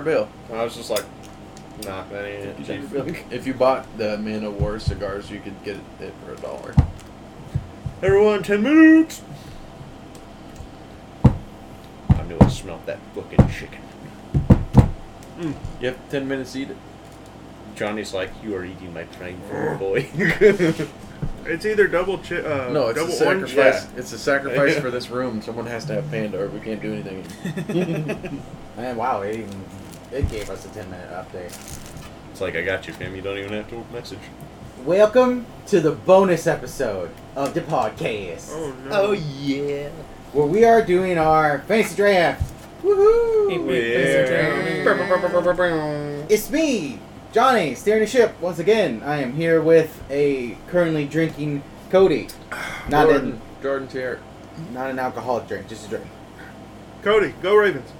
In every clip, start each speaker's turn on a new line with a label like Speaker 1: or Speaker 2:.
Speaker 1: bill.
Speaker 2: I was just like, nah, that ain't it, chief.
Speaker 1: If you bought the Man of War cigars, you could get it for a dollar.
Speaker 2: Everyone, ten minutes. I knew I smelled that fucking chicken.
Speaker 1: You have ten minutes to eat it.
Speaker 2: Johnny's like, you are eating my train food, boy.
Speaker 3: It's either double chi- uh,
Speaker 1: No, it's a
Speaker 3: double orange.
Speaker 1: sacrifice.
Speaker 2: yeah.
Speaker 1: It's a sacrifice for this room. Someone has to have panda, or we can't do anything.
Speaker 4: Man, wow, it even it gave us a ten minute update.
Speaker 2: it's like, I got you, fam. You don't even have to message.
Speaker 4: Welcome to the bonus episode of the podcast,
Speaker 3: Oh no.
Speaker 2: yeah.
Speaker 4: where we are doing our fancy draft. Woohoo! It's me, Johnny, steering the ship once again. I am here with a currently drinking Cody, not
Speaker 1: Jordan,
Speaker 4: an
Speaker 1: Jordan Tier.
Speaker 4: not an alcoholic drink, just a drink.
Speaker 3: Cody, go Ravens.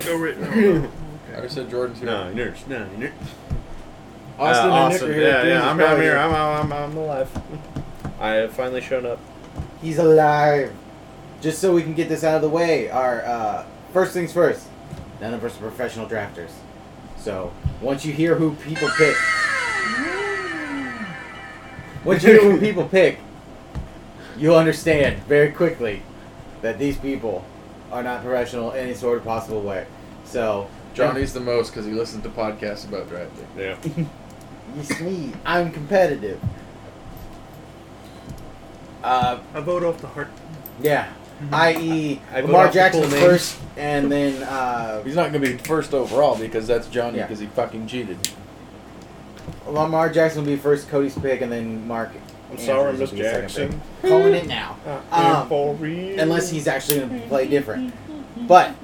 Speaker 3: Go Ravens.
Speaker 1: I said Jordan Tier.
Speaker 2: No, nurse. No, nurse.
Speaker 1: Austin
Speaker 2: Uh,
Speaker 1: and Nick
Speaker 2: Austin.
Speaker 1: are here.
Speaker 2: Yeah,
Speaker 1: Jesus
Speaker 2: yeah. I'm,
Speaker 1: Christ.
Speaker 2: I'm here. I'm, I'm, I'm, I'm alive. I have finally shown up.
Speaker 4: He's alive. Just so we can get this out of the way, our uh, first things first. None of us are professional drafters, so once you hear who people pick, once you hear who people pick, you'll understand very quickly that these people are not professional in any sort of possible way. So
Speaker 1: Johnny's the most because he listens to podcasts about drafting.
Speaker 2: Yeah.
Speaker 4: You see, I'm competitive. Uh,
Speaker 3: I vote off the heart.
Speaker 4: yeah. I.e.,
Speaker 2: Mm-hmm. I vote
Speaker 4: Lamar
Speaker 2: off the full
Speaker 4: Jackson
Speaker 2: name.
Speaker 4: first, and then uh,
Speaker 1: He's not gonna be first overall because that's Johnny
Speaker 4: Yeah.
Speaker 1: because he fucking cheated.
Speaker 4: Lamar Jackson will be first, Cody's pick, and then Mark.
Speaker 2: I'm sorry, Miss
Speaker 4: Andrews will be second pick.
Speaker 2: Jackson.
Speaker 4: Calling it now. Um, Unless
Speaker 2: Unless
Speaker 4: he's actually going to play different. But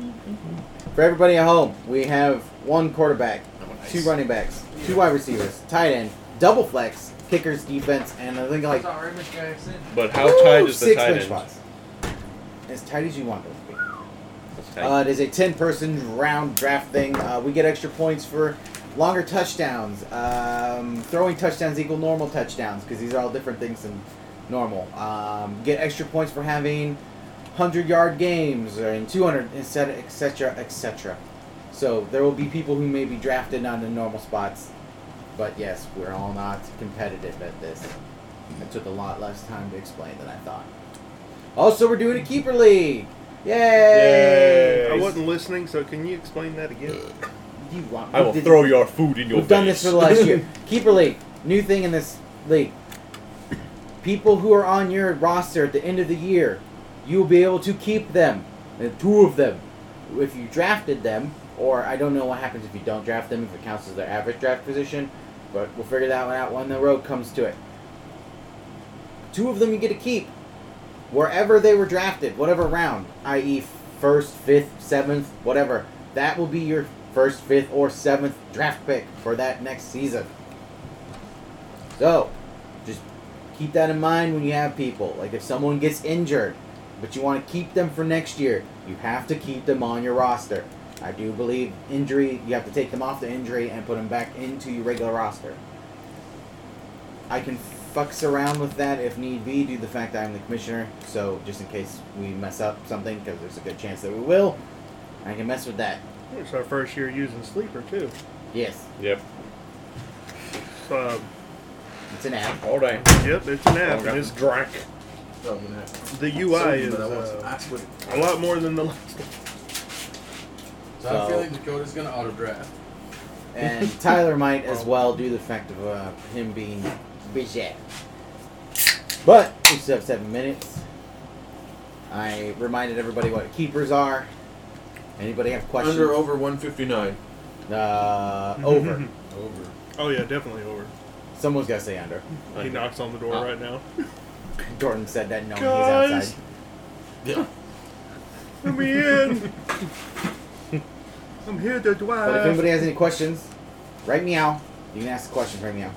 Speaker 4: for everybody at home, we have one quarterback, two running backs, two wide receivers, tight end, double flex, kickers, defense, and I think like
Speaker 1: Sorry, Miss Jackson.
Speaker 2: But how tight
Speaker 4: Woo!
Speaker 2: is the
Speaker 4: Six
Speaker 2: tight
Speaker 4: bench
Speaker 2: end?
Speaker 4: spots. As tight as you want them to be.
Speaker 2: That's tight.
Speaker 4: Uh, it is a 10 person round draft thing. Uh, we get extra points for longer touchdowns. Um, throwing touchdowns equal normal touchdowns because these are all different things than normal. Um, get extra points for having 100 yard games and 200, etc., etc., etc. So there will be people who may be drafted on the normal spots. But yes, we're all not competitive at this. It took a lot less time to explain than I thought. Also, we're doing a keeper league. Yay!
Speaker 2: Yay.
Speaker 3: I wasn't listening, so can you explain that again?
Speaker 4: You want?
Speaker 2: I will
Speaker 4: did-
Speaker 2: throw your food in your
Speaker 4: We've
Speaker 2: face.
Speaker 4: done this for the last year. Keeper league, new thing in this league. People who are on your roster at the end of the year, you'll be able to keep them, the two of them, if you drafted them. Or I don't know what happens if you don't draft them, if it counts as their average draft position, but we'll figure that one out when the road comes to it. Two of them you get to keep wherever they were drafted, whatever round, i.e., first, fifth, seventh, whatever, that will be your first, fifth, or seventh draft pick for that next season. So, just keep that in mind when you have people. Like if someone gets injured, but you want to keep them for next year, you have to keep them on your roster. I do believe injury, you have to take them off the injury and put them back into your regular roster. I can fucks around with that if need be due to the fact that I'm the commissioner. So just in case we mess up something, because there's a good chance that we will, I can mess with that.
Speaker 3: It's our first year using Sleeper too.
Speaker 4: Yes,
Speaker 2: Yep.
Speaker 3: So, um,
Speaker 4: it's an app.
Speaker 2: All right.
Speaker 3: yep, it's an app, and
Speaker 2: Okay.
Speaker 3: it's drank.
Speaker 1: No, I'm gonna have
Speaker 3: The UI is uh, a lot more than the last. one.
Speaker 1: So I feel like Dakota's gonna auto draft.
Speaker 4: And Tyler might as well due to the fact of uh, him being busy. But we still have seven minutes. I reminded everybody what keepers are. Anybody have questions?
Speaker 1: Under over 159.
Speaker 4: Uh, over.
Speaker 1: Over.
Speaker 3: Oh yeah, definitely over.
Speaker 4: Someone's got to say under.
Speaker 3: He
Speaker 2: Under.
Speaker 3: knocks on the door
Speaker 1: Ah.
Speaker 3: right now.
Speaker 4: Jordan said that no,
Speaker 3: Guys.
Speaker 4: he's outside.
Speaker 1: Yeah.
Speaker 3: Let me in. I'm here to drive.
Speaker 2: Uh,
Speaker 4: But if anybody has any questions, right meow. You can ask the questions right meow.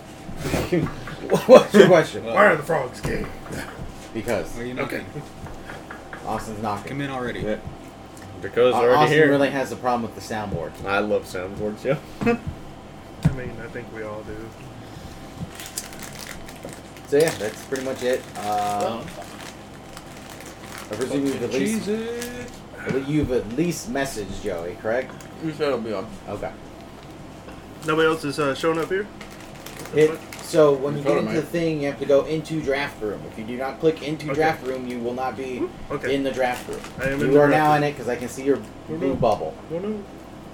Speaker 4: What's your question?
Speaker 3: Why are the frogs gay?
Speaker 4: Because
Speaker 5: Are you knocking?
Speaker 4: Austin's
Speaker 5: Come
Speaker 4: knocking.
Speaker 5: in already.
Speaker 2: Yeah. Dakota's
Speaker 4: Au-
Speaker 2: already
Speaker 4: Austin
Speaker 2: here.
Speaker 4: Uh, really has a problem with the soundboard.
Speaker 2: I love soundboards, yeah.
Speaker 3: I mean, I think we all do.
Speaker 4: So yeah, that's pretty much it. Um, I presume you've at least
Speaker 1: it.
Speaker 4: Well, You've at least messaged Joey, correct?
Speaker 1: You said it'll be on.
Speaker 4: Okay.
Speaker 3: Nobody else is uh, showing up here.
Speaker 4: It, so when you
Speaker 1: Photo
Speaker 4: get into
Speaker 1: mic.
Speaker 4: the thing, you have to go into draft room. If you do not click into
Speaker 3: Okay.
Speaker 4: draft room, you will not be
Speaker 3: Okay.
Speaker 4: in the draft room.
Speaker 3: I am in
Speaker 4: You
Speaker 3: the
Speaker 4: are
Speaker 3: draft
Speaker 4: now
Speaker 3: room.
Speaker 4: in it because I can see your blue bubble.
Speaker 3: Oh, no.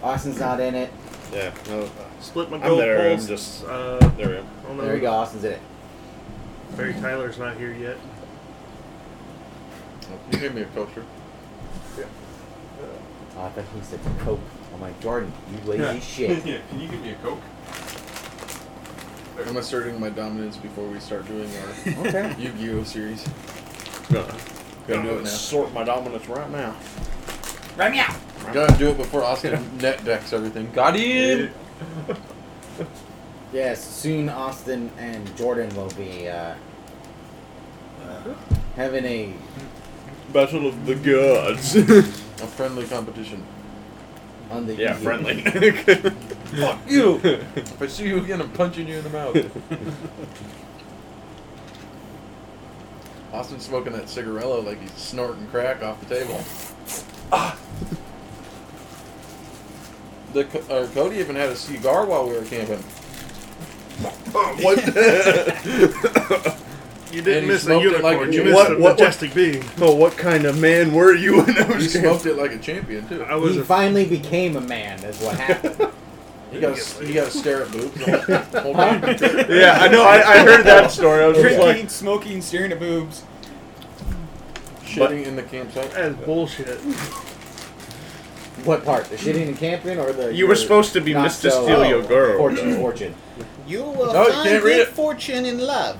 Speaker 4: Austin's not in it.
Speaker 2: Yeah,
Speaker 4: Oh.
Speaker 2: no.
Speaker 3: Split my
Speaker 2: I'm
Speaker 3: gold
Speaker 2: there, I'm
Speaker 3: pulse.
Speaker 2: just-
Speaker 3: Uh,
Speaker 2: There we go.
Speaker 3: oh, no.
Speaker 4: There we go. Austin's in it.
Speaker 3: Barry Tyler's not here yet.
Speaker 1: You gave me a culture.
Speaker 4: Oh, I thought he said Coke. I'm like, Jordan, you lazy shit.
Speaker 5: yeah, can you give me a Coke?
Speaker 1: I'm asserting my dominance before we start doing our
Speaker 4: Okay.
Speaker 1: Yu-Gi-Oh series.
Speaker 2: Gonna,
Speaker 1: Gonna do
Speaker 2: gonna
Speaker 1: it now.
Speaker 2: sort my dominance right now.
Speaker 4: Right now.
Speaker 1: Gotta do it before Austin net decks everything. Got him.
Speaker 4: Yes, soon Austin and Jordan will be uh, uh, having a
Speaker 2: Battle of the Gods.
Speaker 1: A friendly competition.
Speaker 4: on the
Speaker 2: yeah,
Speaker 4: EU.
Speaker 2: friendly.
Speaker 1: Fuck you! if I see you again, I'm punching you in the mouth. Austin's smoking that cigarello like he's snorting crack off the table. Ah. The Co- uh, Cody even had a cigar while we were camping.
Speaker 3: Uh,
Speaker 2: what? the-
Speaker 3: You
Speaker 1: And
Speaker 3: didn't
Speaker 1: he
Speaker 3: miss a
Speaker 1: smoked it
Speaker 3: unicorn.
Speaker 1: like a
Speaker 3: you
Speaker 1: Jew.
Speaker 3: missed
Speaker 2: What-
Speaker 3: a
Speaker 2: what-
Speaker 3: majestic being.
Speaker 2: oh, what kind of man were you when I
Speaker 1: He
Speaker 2: was
Speaker 1: smoked it like a champion too.
Speaker 3: I was
Speaker 4: He
Speaker 3: a
Speaker 4: finally became a man. Is what happened.
Speaker 1: You gotta, s- you gotta stare at boobs. the whole- whole time.
Speaker 2: Yeah, I know. I, I heard that story. I was just
Speaker 5: Drinking,
Speaker 2: like,
Speaker 5: smoking, staring at boobs.
Speaker 1: Shitting in the campsite.
Speaker 3: That's bullshit.
Speaker 4: what part? The shitting and camping, or the
Speaker 2: you were supposed to be
Speaker 4: not
Speaker 2: Mr.
Speaker 4: so-
Speaker 2: Steal Your Girl.
Speaker 4: Fortune, fortune.
Speaker 6: You will
Speaker 1: No, you
Speaker 6: find
Speaker 1: can't read
Speaker 6: good
Speaker 1: it.
Speaker 6: fortune in love.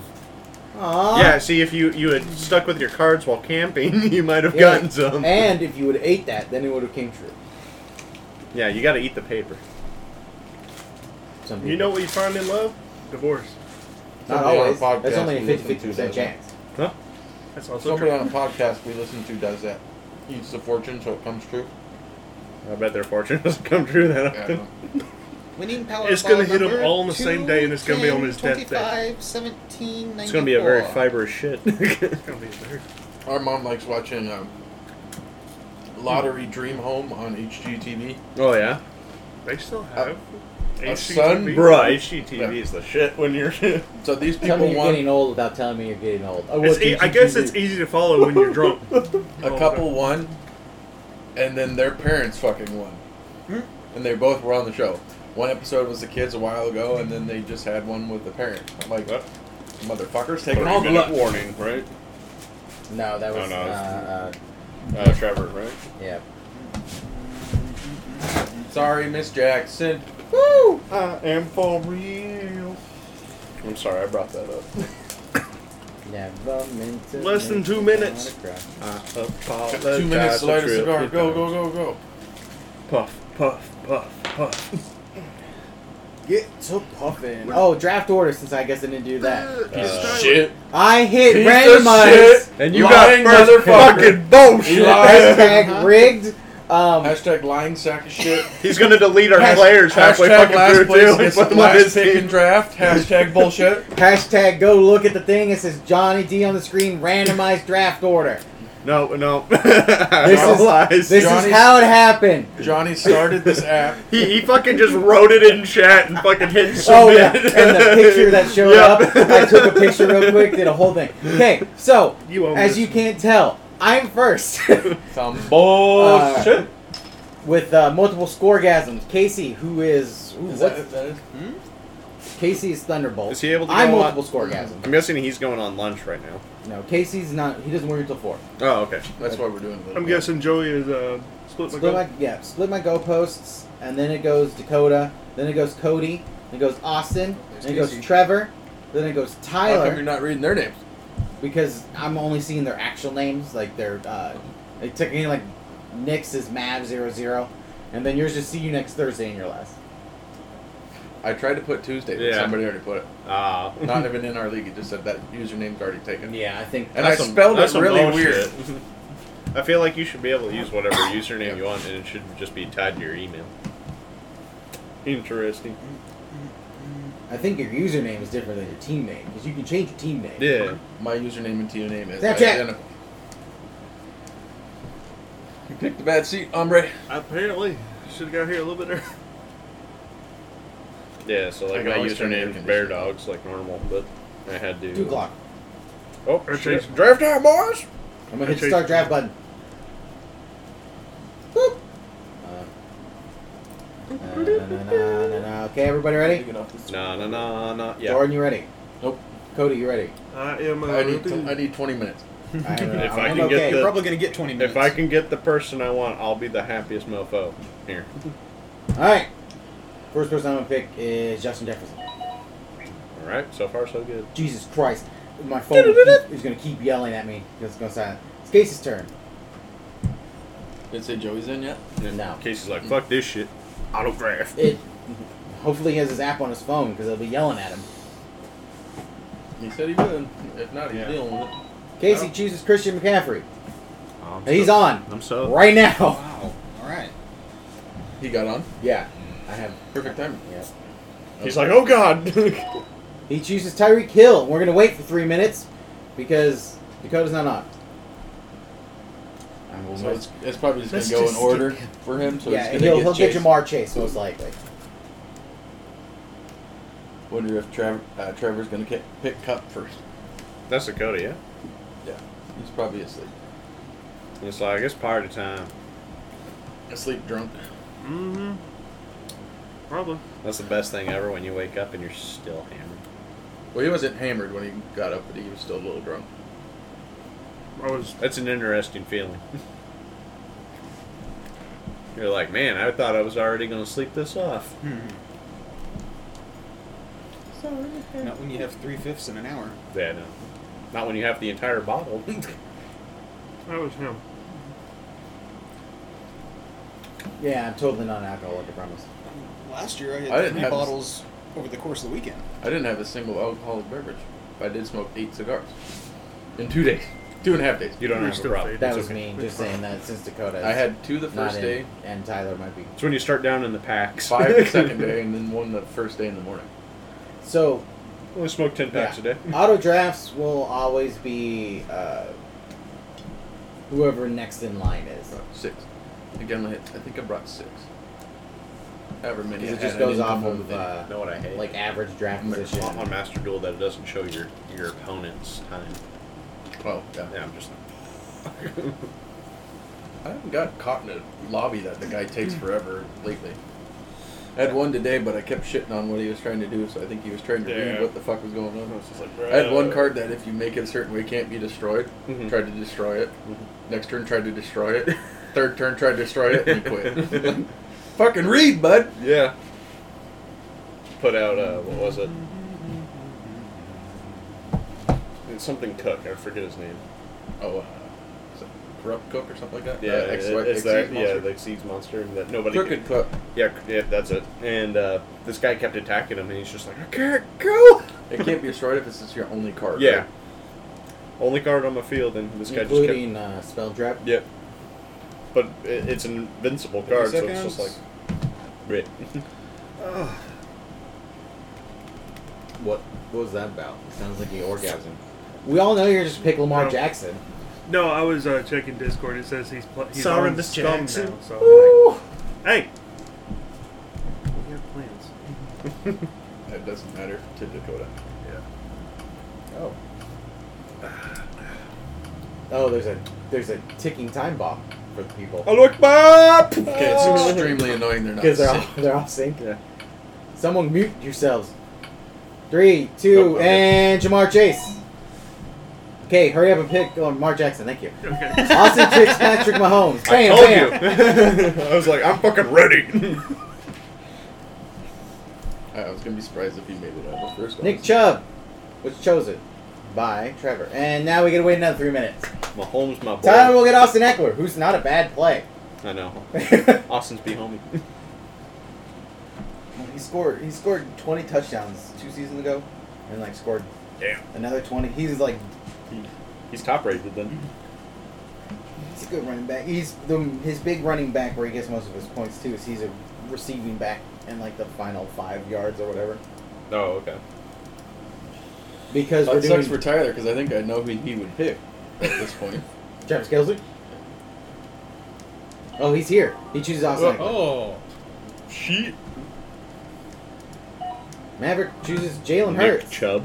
Speaker 4: Aww.
Speaker 2: Yeah, see, if you you had stuck with your cards while camping, you might have gotten some.
Speaker 4: And if you would have ate that, then it would have came true.
Speaker 2: Yeah, you got to eat the paper.
Speaker 4: Some people.
Speaker 3: You know what you find in love? Divorce.
Speaker 4: not
Speaker 1: Somebody on
Speaker 4: always.
Speaker 1: a podcast
Speaker 4: That's only a
Speaker 1: we
Speaker 4: 50
Speaker 1: listen to
Speaker 4: 50 percent
Speaker 1: does that.
Speaker 4: chance.
Speaker 3: That's also
Speaker 1: Somebody
Speaker 3: true.
Speaker 1: on a podcast we listen to does that. Eats the fortune so it comes true.
Speaker 2: I bet their fortune doesn't come true that
Speaker 1: Yeah, I
Speaker 2: often.
Speaker 1: know.
Speaker 6: Winning power.
Speaker 3: It's gonna hit him all on the same day, and it's gonna be on his deathbed.
Speaker 2: It's gonna be a very fibrous shit.
Speaker 3: It's gonna be there.
Speaker 1: Our mom likes watching um, Lottery Dream Home on HGTV.
Speaker 2: oh yeah,
Speaker 3: They still
Speaker 1: Uh,
Speaker 3: have.
Speaker 1: a
Speaker 3: HGTV.
Speaker 1: sun
Speaker 2: bruh, HGTV is the shit when you're.
Speaker 1: So these
Speaker 4: Tell
Speaker 1: people
Speaker 4: me you're
Speaker 1: want
Speaker 4: getting old without telling me you're getting old. I
Speaker 3: It's
Speaker 4: would
Speaker 3: e- I
Speaker 4: teach
Speaker 3: guess
Speaker 4: you
Speaker 3: it's easy to follow when you're drunk.
Speaker 1: a couple won, and then their parents fucking won, Hmm? and they both were on the show. One episode was the kids a while ago, and then they just had one with the parent. I'm like,
Speaker 2: What?
Speaker 1: motherfuckers taking all the luck.
Speaker 2: warning, right?
Speaker 4: to- No, that was.
Speaker 2: no,
Speaker 4: uh,
Speaker 2: Uh, Trevor, right?
Speaker 4: uh, yeah.
Speaker 1: Sorry, Miss Jackson.
Speaker 2: Woo! I am for real. I'm sorry, I brought that up.
Speaker 4: Never meant to
Speaker 3: Less than
Speaker 4: make
Speaker 3: two
Speaker 4: you
Speaker 3: minutes.
Speaker 4: wanna cry.
Speaker 2: I apologize.
Speaker 1: Two minutes to light
Speaker 2: a
Speaker 1: a cigar.
Speaker 2: trillion
Speaker 1: Go,
Speaker 2: times.
Speaker 1: go, go, go.
Speaker 2: Puff, puff, puff, puff.
Speaker 4: Get so puffin. Oh, draft order since I guess I didn't do
Speaker 2: Uh,
Speaker 4: that.
Speaker 3: He's stylish.
Speaker 1: Uh, Shit.
Speaker 4: I hit
Speaker 1: Piece of
Speaker 4: randomize.
Speaker 1: shit.
Speaker 2: And you
Speaker 1: Lying
Speaker 2: got first
Speaker 1: motherfucker.
Speaker 2: fucking bullshit. Uh-huh.
Speaker 4: Hashtag rigged. Um,
Speaker 1: Hashtag lying sack of shit.
Speaker 2: He's gonna delete our
Speaker 4: Hashtag
Speaker 2: players halfway
Speaker 1: Hashtag
Speaker 2: fucking
Speaker 1: last
Speaker 2: through
Speaker 1: place
Speaker 2: too.
Speaker 1: gets
Speaker 2: and
Speaker 1: the
Speaker 2: put them on his
Speaker 1: last pick in
Speaker 2: team.
Speaker 1: draft. Hashtag bullshit.
Speaker 4: hashtag go look at the thing. It says Johnny D on the screen. Randomized draft order.
Speaker 2: No, no. this
Speaker 4: is-
Speaker 2: lies.
Speaker 4: This
Speaker 1: Johnny's-
Speaker 4: is how it happened.
Speaker 1: Johnny started this app.
Speaker 2: he, he fucking just wrote it in chat and fucking hit
Speaker 4: Oh
Speaker 2: submit.
Speaker 4: yeah, and the picture that showed
Speaker 2: Yeah.
Speaker 4: up, I took a picture real quick, did a whole thing. Okay, so
Speaker 3: You own
Speaker 4: as
Speaker 3: this.
Speaker 4: you can't tell, I'm first
Speaker 1: Some bullshit.
Speaker 4: with uh, multiple scoregasms. Casey, who is, ooh, Hmm?
Speaker 1: Is
Speaker 4: what's-
Speaker 1: that, that is, Hmm?
Speaker 4: Casey is Thunderbolt.
Speaker 2: Is he able to
Speaker 4: I'm
Speaker 2: go on-
Speaker 4: multiple scoregasm.
Speaker 2: I'm guessing he's going on lunch right now.
Speaker 4: No, Casey's not. He doesn't work until four.
Speaker 2: Oh, okay.
Speaker 1: that's why we're doing it.
Speaker 3: I'm guessing Joey is uh, split my
Speaker 4: Split my
Speaker 3: gold.
Speaker 4: yeah, split my goalposts, and then it goes Dakota, then it goes Cody, then it goes Austin, then it goes
Speaker 1: Casey.
Speaker 4: Trevor, then it goes
Speaker 1: How come
Speaker 4: Tyler.
Speaker 1: you're not reading their names?
Speaker 4: because I'm only seeing their actual names, like their uh, they took me like Nick's is Mav zero zero, and then yours is see you next Thursday in your last.
Speaker 1: I tried to put Tuesday, but
Speaker 2: Yeah.
Speaker 1: somebody already put it.
Speaker 2: Ah.
Speaker 1: Not even in our league. It just said that username's already taken.
Speaker 4: Yeah, I think.
Speaker 1: And I spelled it really weird.
Speaker 2: I feel like you should be able to use whatever username you want, and it should just be tied to your email. Interesting.
Speaker 4: I think your username is different than your team name because you can change your team name.
Speaker 2: Yeah.
Speaker 1: My username and team name is
Speaker 4: Snapchat.
Speaker 1: identical. Pick the bad seat, hombre.
Speaker 3: Apparently, should have got here a little bit earlier.
Speaker 2: Yeah, so
Speaker 1: I
Speaker 2: like
Speaker 1: can
Speaker 2: my
Speaker 1: always turn the air
Speaker 2: username is Bear Dogs, like normal, but I had to.
Speaker 4: Two Glock.
Speaker 2: Oh,
Speaker 3: Or
Speaker 2: shit.
Speaker 3: Jason.
Speaker 2: drive time, boys!
Speaker 4: I'm gonna hit
Speaker 3: Okay.
Speaker 4: start draft button. Boop. Uh, na, na, na, na, na. Uh, Okay, everybody ready?
Speaker 1: Taking off this-
Speaker 2: Nah, nah, nah, nah. Yeah.
Speaker 4: Jordan, you ready?
Speaker 1: Nope.
Speaker 4: Cody, you ready?
Speaker 3: I am a
Speaker 1: I need,
Speaker 3: rookie.
Speaker 1: to, I need 20 minutes.
Speaker 4: I am,
Speaker 2: If
Speaker 4: I'm
Speaker 2: I can get
Speaker 4: okay.
Speaker 2: the-
Speaker 6: You're probably gonna get 20 minutes.
Speaker 2: If I can get the person I want, I'll be the happiest mofo. Here.
Speaker 4: All right. First person I'm gonna pick is Justin Jefferson.
Speaker 2: All right. So far, so good.
Speaker 4: Jesus Christ, my phone will keep- is gonna keep yelling at me. It's gonna silent. It's Casey's turn.
Speaker 1: Did it say Joey's in yet?
Speaker 2: And
Speaker 4: No.
Speaker 2: Casey's like, fuck this shit. Auto draft.
Speaker 4: It. Hopefully, he has his app on his phone because it'll be yelling at him.
Speaker 1: He said he would. If not, he's
Speaker 2: Yeah.
Speaker 1: dealing with it.
Speaker 4: Casey
Speaker 1: Oh.
Speaker 4: chooses Christian McCaffrey. He's on
Speaker 2: I'm so.
Speaker 4: right now.
Speaker 6: Oh. Wow. All right.
Speaker 1: He got on.
Speaker 4: Yeah, I have.
Speaker 1: Perfect timing.
Speaker 4: Yeah.
Speaker 2: He's like, oh god.
Speaker 4: He chooses Tyreek Hill. We're gonna wait for three minutes because Dakota's not on. I will
Speaker 1: So
Speaker 4: wait.
Speaker 1: it's, it's probably just going
Speaker 5: Let's
Speaker 1: to go in
Speaker 5: just
Speaker 1: order for him. So
Speaker 4: yeah,
Speaker 1: he's
Speaker 4: and
Speaker 1: gonna
Speaker 4: he'll he'll
Speaker 1: get
Speaker 4: get
Speaker 1: Chase.
Speaker 4: Jamar Chase most likely.
Speaker 1: Wonder if Trevor, uh, Trevor's going to pick Cup first.
Speaker 2: That's Dakota, yeah.
Speaker 1: He's probably asleep.
Speaker 2: And It's like it's party time.
Speaker 1: Asleep drunk.
Speaker 3: Mm-hmm. Probably.
Speaker 2: That's the best thing ever when you wake up and you're still hammered.
Speaker 1: Well, he wasn't hammered when he got up, but he was still a little drunk.
Speaker 3: I was.
Speaker 2: That's an interesting feeling. you're like, man, I thought I was already gonna sleep this off.
Speaker 6: Not when you have three fifths in an hour.
Speaker 2: Yeah, no. Not when you have the entire bottle.
Speaker 3: That was him.
Speaker 4: Yeah, I'm totally non-alcoholic. I promise.
Speaker 6: Last year I had
Speaker 1: I didn't
Speaker 6: three
Speaker 1: have-
Speaker 6: bottles over the course of the weekend.
Speaker 1: I didn't have a single alcoholic beverage. I did smoke eight cigars in two days, two and a half days.
Speaker 2: You don't
Speaker 3: You're
Speaker 2: have a
Speaker 3: still
Speaker 2: problem.
Speaker 3: faded.
Speaker 4: That
Speaker 3: It's
Speaker 4: was
Speaker 3: okay.
Speaker 4: mean.
Speaker 3: It's
Speaker 4: Just
Speaker 3: fine.
Speaker 4: saying that since Dakota.
Speaker 1: I had two the
Speaker 4: not
Speaker 1: first
Speaker 4: in,
Speaker 1: day,
Speaker 4: and Tyler might be.
Speaker 2: It's when you start down in the packs.
Speaker 1: five the second day, and then one the first day in the morning.
Speaker 4: So
Speaker 2: Only smoke ten packs
Speaker 4: Yeah.
Speaker 2: a day.
Speaker 4: auto drafts will always be uh, whoever next in line is.
Speaker 1: Six. Again, I I think I brought six. However many.
Speaker 4: 'Cause
Speaker 1: I
Speaker 4: it just
Speaker 1: had, I
Speaker 4: goes
Speaker 1: didn't
Speaker 4: off
Speaker 1: come home
Speaker 4: of
Speaker 1: with any.
Speaker 4: uh,
Speaker 2: know what I hate?
Speaker 4: like average draft position.
Speaker 2: on Master Duel that it doesn't show your your opponent's time.
Speaker 1: oh yeah.
Speaker 2: Yeah, I'm just like,
Speaker 1: I haven't got caught in a lobby that the guy takes forever lately. I had one today, but I kept shitting on what he was trying to do, so I think he was trying to read
Speaker 2: Yeah.
Speaker 1: what the fuck was going on.
Speaker 2: it's just like,
Speaker 1: I had one card that if you make it a certain way can't be destroyed.
Speaker 2: Mhm.
Speaker 1: Tried to destroy it.
Speaker 2: Mm-hmm.
Speaker 1: Next turn tried to destroy it. Third turn tried to destroy it and he quit. Like, Fucking read, bud.
Speaker 2: Yeah. Put out uh, what was it? It's something Cook. I forget his name.
Speaker 1: Oh, uh, is it corrupt cook or something like that.
Speaker 2: Yeah,
Speaker 1: uh, ex-
Speaker 2: it- it's
Speaker 1: ex-
Speaker 2: that. Yeah,
Speaker 1: monster?
Speaker 2: the Seeds monster that nobody.
Speaker 1: crooked cook.
Speaker 2: could- yeah, cr- yeah, that's it. And uh, this guy kept attacking him, and he's just like, I can't go.
Speaker 1: It can't be destroyed if it's just your only card.
Speaker 2: Yeah. Only card on the field, and this guy just kept.
Speaker 4: including uh, spell trap.
Speaker 2: Yep. But it, it's an invincible card, so it's just like.
Speaker 6: seconds.
Speaker 2: Right.
Speaker 4: What? What was that about? It sounds like he orgasm. We all know you're just pick Lamar
Speaker 3: No.
Speaker 4: Jackson.
Speaker 3: No, I was uh, checking Discord. It says he's pl- he's
Speaker 2: Sorry,
Speaker 3: on
Speaker 2: Miss
Speaker 3: scum
Speaker 2: Jackson.
Speaker 3: now. So I'm like, hey, we have plans.
Speaker 1: It doesn't matter to Dakota.
Speaker 3: Yeah.
Speaker 4: Oh. Oh, there's a there's a ticking time bomb for the people.
Speaker 2: I look up.
Speaker 1: Okay, it's extremely annoying. They're not.
Speaker 4: Oh. Because they're all,
Speaker 1: sick.
Speaker 4: they're all
Speaker 2: Yeah.
Speaker 4: synced. Someone mute yourselves. Three, two,
Speaker 2: Nope, I'm
Speaker 4: and Jamar Chase. Okay, hurry up and pick oh, Lamar Jackson. Thank you.
Speaker 3: Okay.
Speaker 4: Austin Fitzpatrick Mahomes.
Speaker 2: I
Speaker 4: Bam,
Speaker 2: told
Speaker 4: bam.
Speaker 2: you. I was like, I'm fucking ready.
Speaker 1: I was gonna be surprised if he made it out of the first one.
Speaker 4: Nick Chubb was chosen by Trevor, and now we get to wait another three minutes.
Speaker 2: Mahomes, my boy.
Speaker 4: Tyler will get Austin Eckler, who's not a bad play.
Speaker 2: I know.
Speaker 4: he
Speaker 2: Austin's be homie.
Speaker 4: scored he scored 20 touchdowns two seasons ago, and like scored
Speaker 2: Damn.
Speaker 4: another 20. He's like
Speaker 2: He's top rated then.
Speaker 4: He's a good running back. He's the his big running back where he gets most of his points too. Is he's a receiving back in like the final five yards or whatever.
Speaker 2: Oh, okay.
Speaker 4: Because
Speaker 1: That
Speaker 4: we're
Speaker 1: sucks
Speaker 4: doing
Speaker 1: for Tyler because I think I know who he would pick at this point.
Speaker 4: Travis Kelsey. Oh, he's here. He chooses Austin Eckler.
Speaker 5: Oh.
Speaker 1: She.
Speaker 4: Maverick chooses Jalen
Speaker 2: Nick
Speaker 4: Hurts.
Speaker 2: Chubb.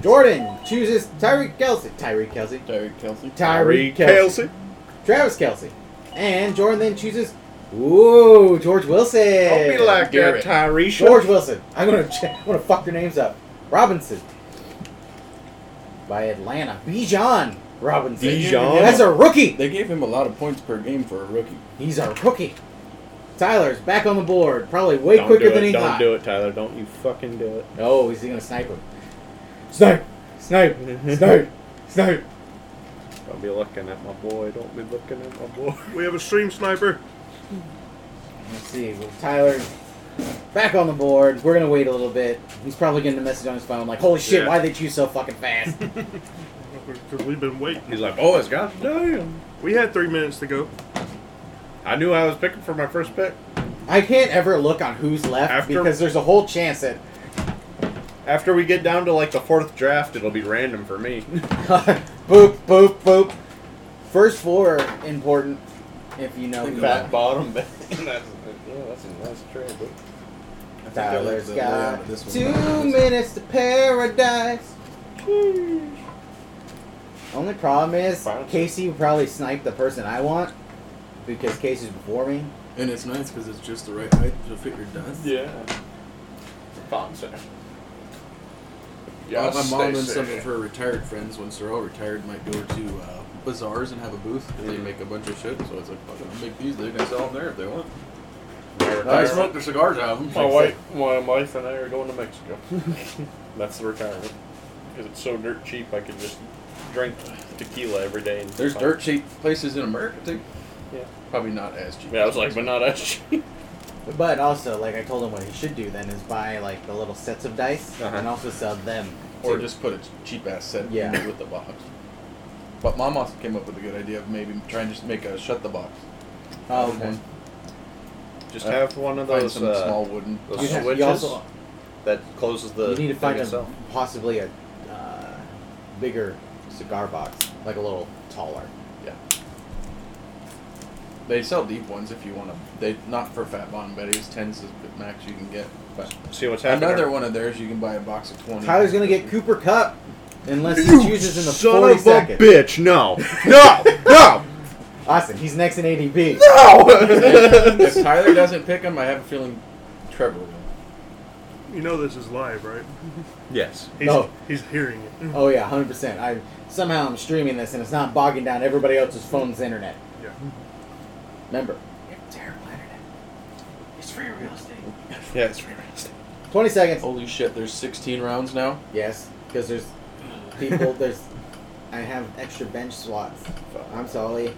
Speaker 4: Jordan chooses Tyreek Kelsey. Tyreek Kelsey.
Speaker 1: Derek Kelsey.
Speaker 4: Tyreek Kelsey. Travis Kelsey. And Jordan then chooses. Ooh, George Wilson.
Speaker 2: Don't be like
Speaker 1: Garrett.
Speaker 2: that, Tyrese.
Speaker 4: George Wilson. I'm gonna ch- I'm gonna fuck your names up. Robinson. By Atlanta. Bijan Robinson.
Speaker 2: Bijan.
Speaker 4: That's a rookie.
Speaker 1: They gave him a lot of points per game for a rookie.
Speaker 4: He's a rookie. Tyler's back on the board, probably way
Speaker 2: Don't
Speaker 4: quicker
Speaker 2: do
Speaker 4: than
Speaker 2: it.
Speaker 4: he
Speaker 2: Don't
Speaker 4: thought.
Speaker 2: do it, Tyler. Don't you fucking do it.
Speaker 4: Oh, is he gonna snipe him? Snipe! Snipe! Snipe! Snipe!
Speaker 2: Mm-hmm. Don't be looking at my boy. Don't be looking at my boy.
Speaker 3: We have a stream sniper.
Speaker 4: Let's see. Well, Tyler back on the board. We're gonna wait a little bit. He's probably getting a message on his phone like, "Holy shit!
Speaker 2: Yeah.
Speaker 4: Why they choose so fucking fast?"
Speaker 3: Because we've been waiting.
Speaker 2: He's like, oh, it's God damn.
Speaker 3: We had three minutes to go.
Speaker 2: I knew I was picking for my first pick.
Speaker 4: I can't ever look on who's left
Speaker 2: After-
Speaker 4: because there's a whole chance that
Speaker 2: After we get down to like the fourth draft, it'll be random for me.
Speaker 4: boop boop boop. First four are important if you know who
Speaker 1: Fat
Speaker 4: you are.
Speaker 1: bottom. I
Speaker 2: that's, yeah, that's a nice trade.
Speaker 1: think
Speaker 2: Dude.
Speaker 1: I like
Speaker 4: Tyler's
Speaker 1: the layout
Speaker 4: got
Speaker 1: of this one
Speaker 4: two
Speaker 1: better.
Speaker 4: minutes to paradise. Only problem is
Speaker 2: Fine.
Speaker 4: Casey would probably snipe the person I want because Casey's before me.
Speaker 1: And it's nice because it's just the right height to fit your desk.
Speaker 2: Yeah. Fun, sir.
Speaker 1: Uh, my
Speaker 2: stay
Speaker 1: mom and some
Speaker 2: safe.
Speaker 1: of her retired friends, once they're all retired, might go to uh, bazaars and have a booth. 'cause They
Speaker 2: Mhm.
Speaker 1: make a bunch of shit, so it's like, fuck it, I'll make these. They can sell them there if they want.
Speaker 2: My
Speaker 1: I
Speaker 2: retirement-
Speaker 1: smoked their cigars out of them.
Speaker 2: My wife, my wife and I are going to Mexico. That's the retirement. Because it's so dirt cheap, I could just drink tequila every day. And be
Speaker 1: There's
Speaker 2: fine.
Speaker 1: dirt cheap places in America too.
Speaker 2: Yeah.
Speaker 1: Probably not as cheap.
Speaker 2: Yeah, I was like, but not us. cheap.
Speaker 4: But also, like I told him, what he should do then is buy like the little sets of dice
Speaker 2: Uh-huh.
Speaker 4: and also sell them.
Speaker 1: or
Speaker 4: too.
Speaker 1: just put a cheap ass set
Speaker 4: Yeah.
Speaker 1: with the box. But mom also came up with a good idea of maybe trying to just make a shut the box.
Speaker 4: oh, okay.
Speaker 2: Just have one of
Speaker 1: Find
Speaker 2: those
Speaker 1: some
Speaker 2: uh,
Speaker 1: small wooden.
Speaker 2: those
Speaker 4: You'd have- you
Speaker 2: switches
Speaker 4: also-
Speaker 2: that closes the.
Speaker 4: you need to
Speaker 2: thing
Speaker 4: find a,
Speaker 2: itself.
Speaker 4: possibly a uh, bigger cigar box, like a little taller.
Speaker 1: They sell deep ones if you want them. They not for fat bottom betties. Tens is the max you can get. But
Speaker 2: See what's happening.
Speaker 1: another one of theirs, you can buy a box of twenty.
Speaker 4: Tyler's gonna get Cooper Cup unless he chooses in the
Speaker 2: son
Speaker 4: 40
Speaker 2: of
Speaker 4: seconds.
Speaker 2: a bitch! No, no, no,
Speaker 4: Austin, he's next in
Speaker 2: no!
Speaker 4: ADP.
Speaker 1: if Tyler doesn't pick them, I have a feeling Trevor will.
Speaker 3: You know this is live, right?
Speaker 2: yes.
Speaker 3: He's,
Speaker 4: No.
Speaker 3: he's hearing it.
Speaker 4: Oh yeah, hundred percent. I somehow I'm streaming this and it's not bogging down everybody else's phone's internet.
Speaker 3: Yeah.
Speaker 4: Remember, you have terrible internet. It's free real estate.
Speaker 2: Yeah, it's realistic.
Speaker 4: Twenty seconds.
Speaker 2: Oh.
Speaker 1: Holy shit! There's 16 rounds now.
Speaker 4: Yes, because there's people. There's I have extra bench slots. I'm sorry.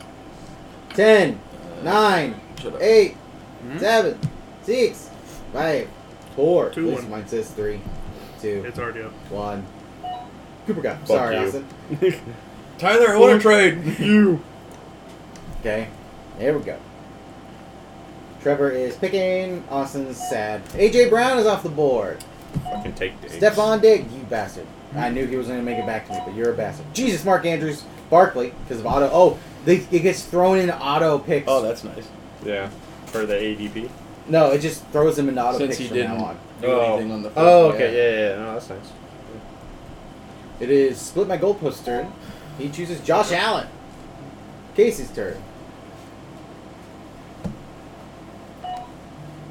Speaker 4: Ten, nine,
Speaker 1: Shut up.
Speaker 4: eight, seven, six, five, four.
Speaker 3: Two,
Speaker 4: At least
Speaker 3: one.
Speaker 4: mine says three, two,
Speaker 3: It's already up.
Speaker 4: one. Cooper Cup.
Speaker 2: Fuck
Speaker 4: Sorry,
Speaker 2: you.
Speaker 4: Austin.
Speaker 1: Tyler, what a trade!
Speaker 2: you.
Speaker 4: Okay, there we go. Trevor is picking. Austin's sad. AJ Brown is off the board.
Speaker 2: Fucking take days.
Speaker 4: Stephon Diggs, you bastard. I knew he was going to make it back to me, but you're a bastard. Jesus, Mark Andrews, Barkley, because of auto. Oh, they, it gets thrown into auto picks.
Speaker 1: Oh, that's nice.
Speaker 2: Yeah. For the ADP.
Speaker 4: no, it just throws him into auto
Speaker 1: Since
Speaker 4: picks
Speaker 1: he
Speaker 4: from
Speaker 1: didn't
Speaker 4: now on.
Speaker 1: do anything on the first
Speaker 2: Oh,
Speaker 1: one,
Speaker 2: okay. Yeah, yeah, yeah. No, that's nice.
Speaker 4: It is split my goalpost turn. He chooses Josh Allen. Casey's turn.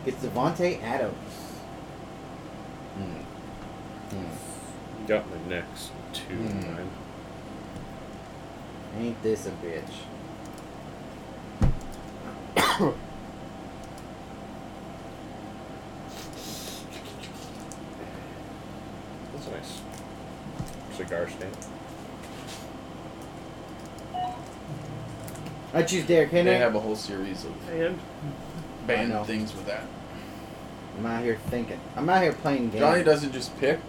Speaker 4: It's Devontae Adams. Hmm.
Speaker 2: Got the next two.
Speaker 1: Hmm.
Speaker 2: man.
Speaker 4: Ain't this a bitch?
Speaker 2: That's nice. Cigar stand.
Speaker 4: I choose Derrick Henry.
Speaker 1: They have a whole series of
Speaker 2: And
Speaker 4: I know.
Speaker 1: banned things with that.
Speaker 4: I'm out here thinking. I'm out here playing games.
Speaker 1: Johnny doesn't just pick.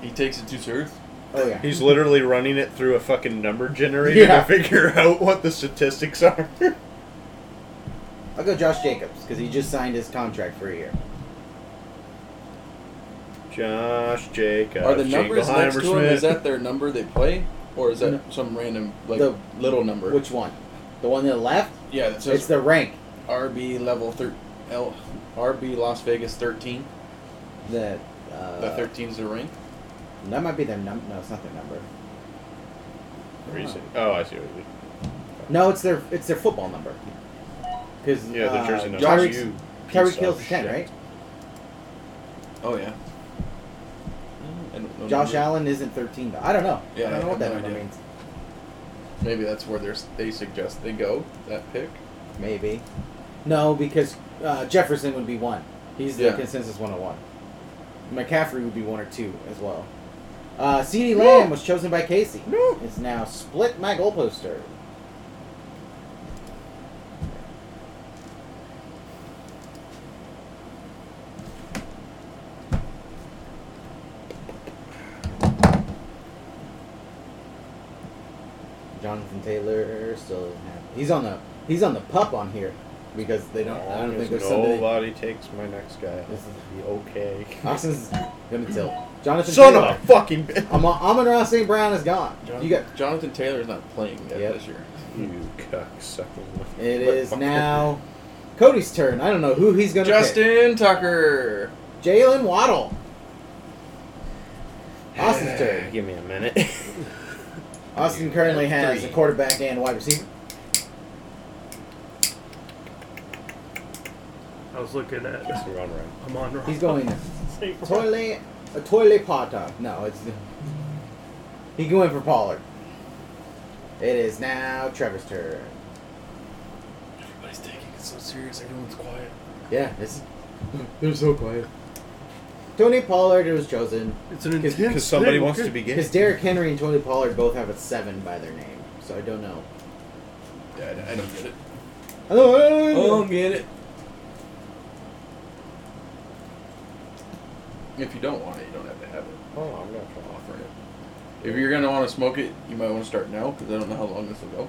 Speaker 1: he takes it too serious.
Speaker 4: Oh yeah.
Speaker 2: he's literally running it through a fucking number generator
Speaker 4: Yeah.
Speaker 2: to figure out what the statistics are.
Speaker 4: I'll go Josh Jacobs because he just signed his contract for a year.
Speaker 2: Josh Jacobs.
Speaker 1: Are the numbers
Speaker 2: Jingleheimer
Speaker 1: next to him? Is
Speaker 2: Smith.
Speaker 1: that their number they play, or is that
Speaker 4: No.
Speaker 1: some random like
Speaker 4: The-
Speaker 1: little number?
Speaker 4: Which one? The one that left?
Speaker 1: Yeah, it
Speaker 4: it's
Speaker 1: says
Speaker 4: the rank.
Speaker 1: RB level thir- L- RB Las Vegas 13.
Speaker 4: The, uh,
Speaker 1: the 13 is the rank.
Speaker 4: That might be their number. No, it's not their number.
Speaker 2: Recent. Oh, I see what you did.
Speaker 4: No, it's their it's their football number. Because
Speaker 2: Yeah, the jersey
Speaker 4: uh,
Speaker 2: number.
Speaker 4: Tyreek-
Speaker 2: You piece
Speaker 4: Tyreek
Speaker 2: of
Speaker 4: Hill's ten,
Speaker 2: shit.
Speaker 4: right?
Speaker 1: Oh, yeah. And no
Speaker 4: Hmm. Josh
Speaker 1: number.
Speaker 4: Allen isn't thirteen. Though. I don't know.
Speaker 1: Yeah,
Speaker 4: I don't
Speaker 1: I
Speaker 4: know
Speaker 1: have
Speaker 4: what that
Speaker 1: no
Speaker 4: number
Speaker 1: idea.
Speaker 4: means.
Speaker 1: Maybe that's where they're, they suggest they go, that pick.
Speaker 4: Maybe. No, because uh, Jefferson would be one. He's the
Speaker 1: Yeah.
Speaker 4: consensus 101. McCaffrey would be one or two as well. Uh, CeeDee Lamb was chosen by Casey.
Speaker 1: No.
Speaker 4: It's now split my goalposter. Jonathan Taylor still doesn't have. He's on the he's on the pup on here because they don't. I don't think there's somebody.
Speaker 2: nobody takes my next guy. This
Speaker 4: This
Speaker 2: is
Speaker 4: is-
Speaker 2: be okay.
Speaker 4: Oxen's gonna tilt. Jonathan
Speaker 2: Son
Speaker 4: Taylor.
Speaker 2: of a fucking bitch.
Speaker 4: Am- Amon Ross St. Brown is gone.
Speaker 1: Jonathan,
Speaker 4: You got
Speaker 1: Jonathan Taylor is not playing yet
Speaker 4: Yep.
Speaker 1: this year.
Speaker 2: You cocksucking.
Speaker 4: it is now Cody's turn. I don't know who he's gonna pick.
Speaker 1: Justin Tucker.
Speaker 4: Jalen Waddle. Austin's turn.
Speaker 2: Give me a minute.
Speaker 4: Austin currently has a
Speaker 6: Three.
Speaker 4: quarterback and wide receiver.
Speaker 3: I was looking at
Speaker 2: Guess we're on right.
Speaker 3: Amon Ross.
Speaker 4: He's going
Speaker 2: Same route.
Speaker 4: toilet a toilet potter. No, it's he going for Pollard. It is now Trevor's turn.
Speaker 1: Everybody's taking it so serious. Everyone's quiet.
Speaker 4: Yeah, it's
Speaker 1: They're so quiet.
Speaker 4: Tony Pollard was chosen
Speaker 3: It's an
Speaker 4: 'Cause-
Speaker 3: intense.
Speaker 2: Because somebody
Speaker 3: thing,
Speaker 2: wants
Speaker 3: okay.
Speaker 2: to be gay.
Speaker 4: because Derrick Henry and Tony Pollard both have a seven by their name, so I don't know.
Speaker 1: Yeah, I- I don't get it. I
Speaker 4: Hello.
Speaker 1: don't get it. If you don't want it, you don't have to have it.
Speaker 2: Oh, I'm gonna
Speaker 1: I'm
Speaker 2: fall off.
Speaker 1: offering it. If you're gonna want to smoke it, you might want to start now because I don't know how long this will go.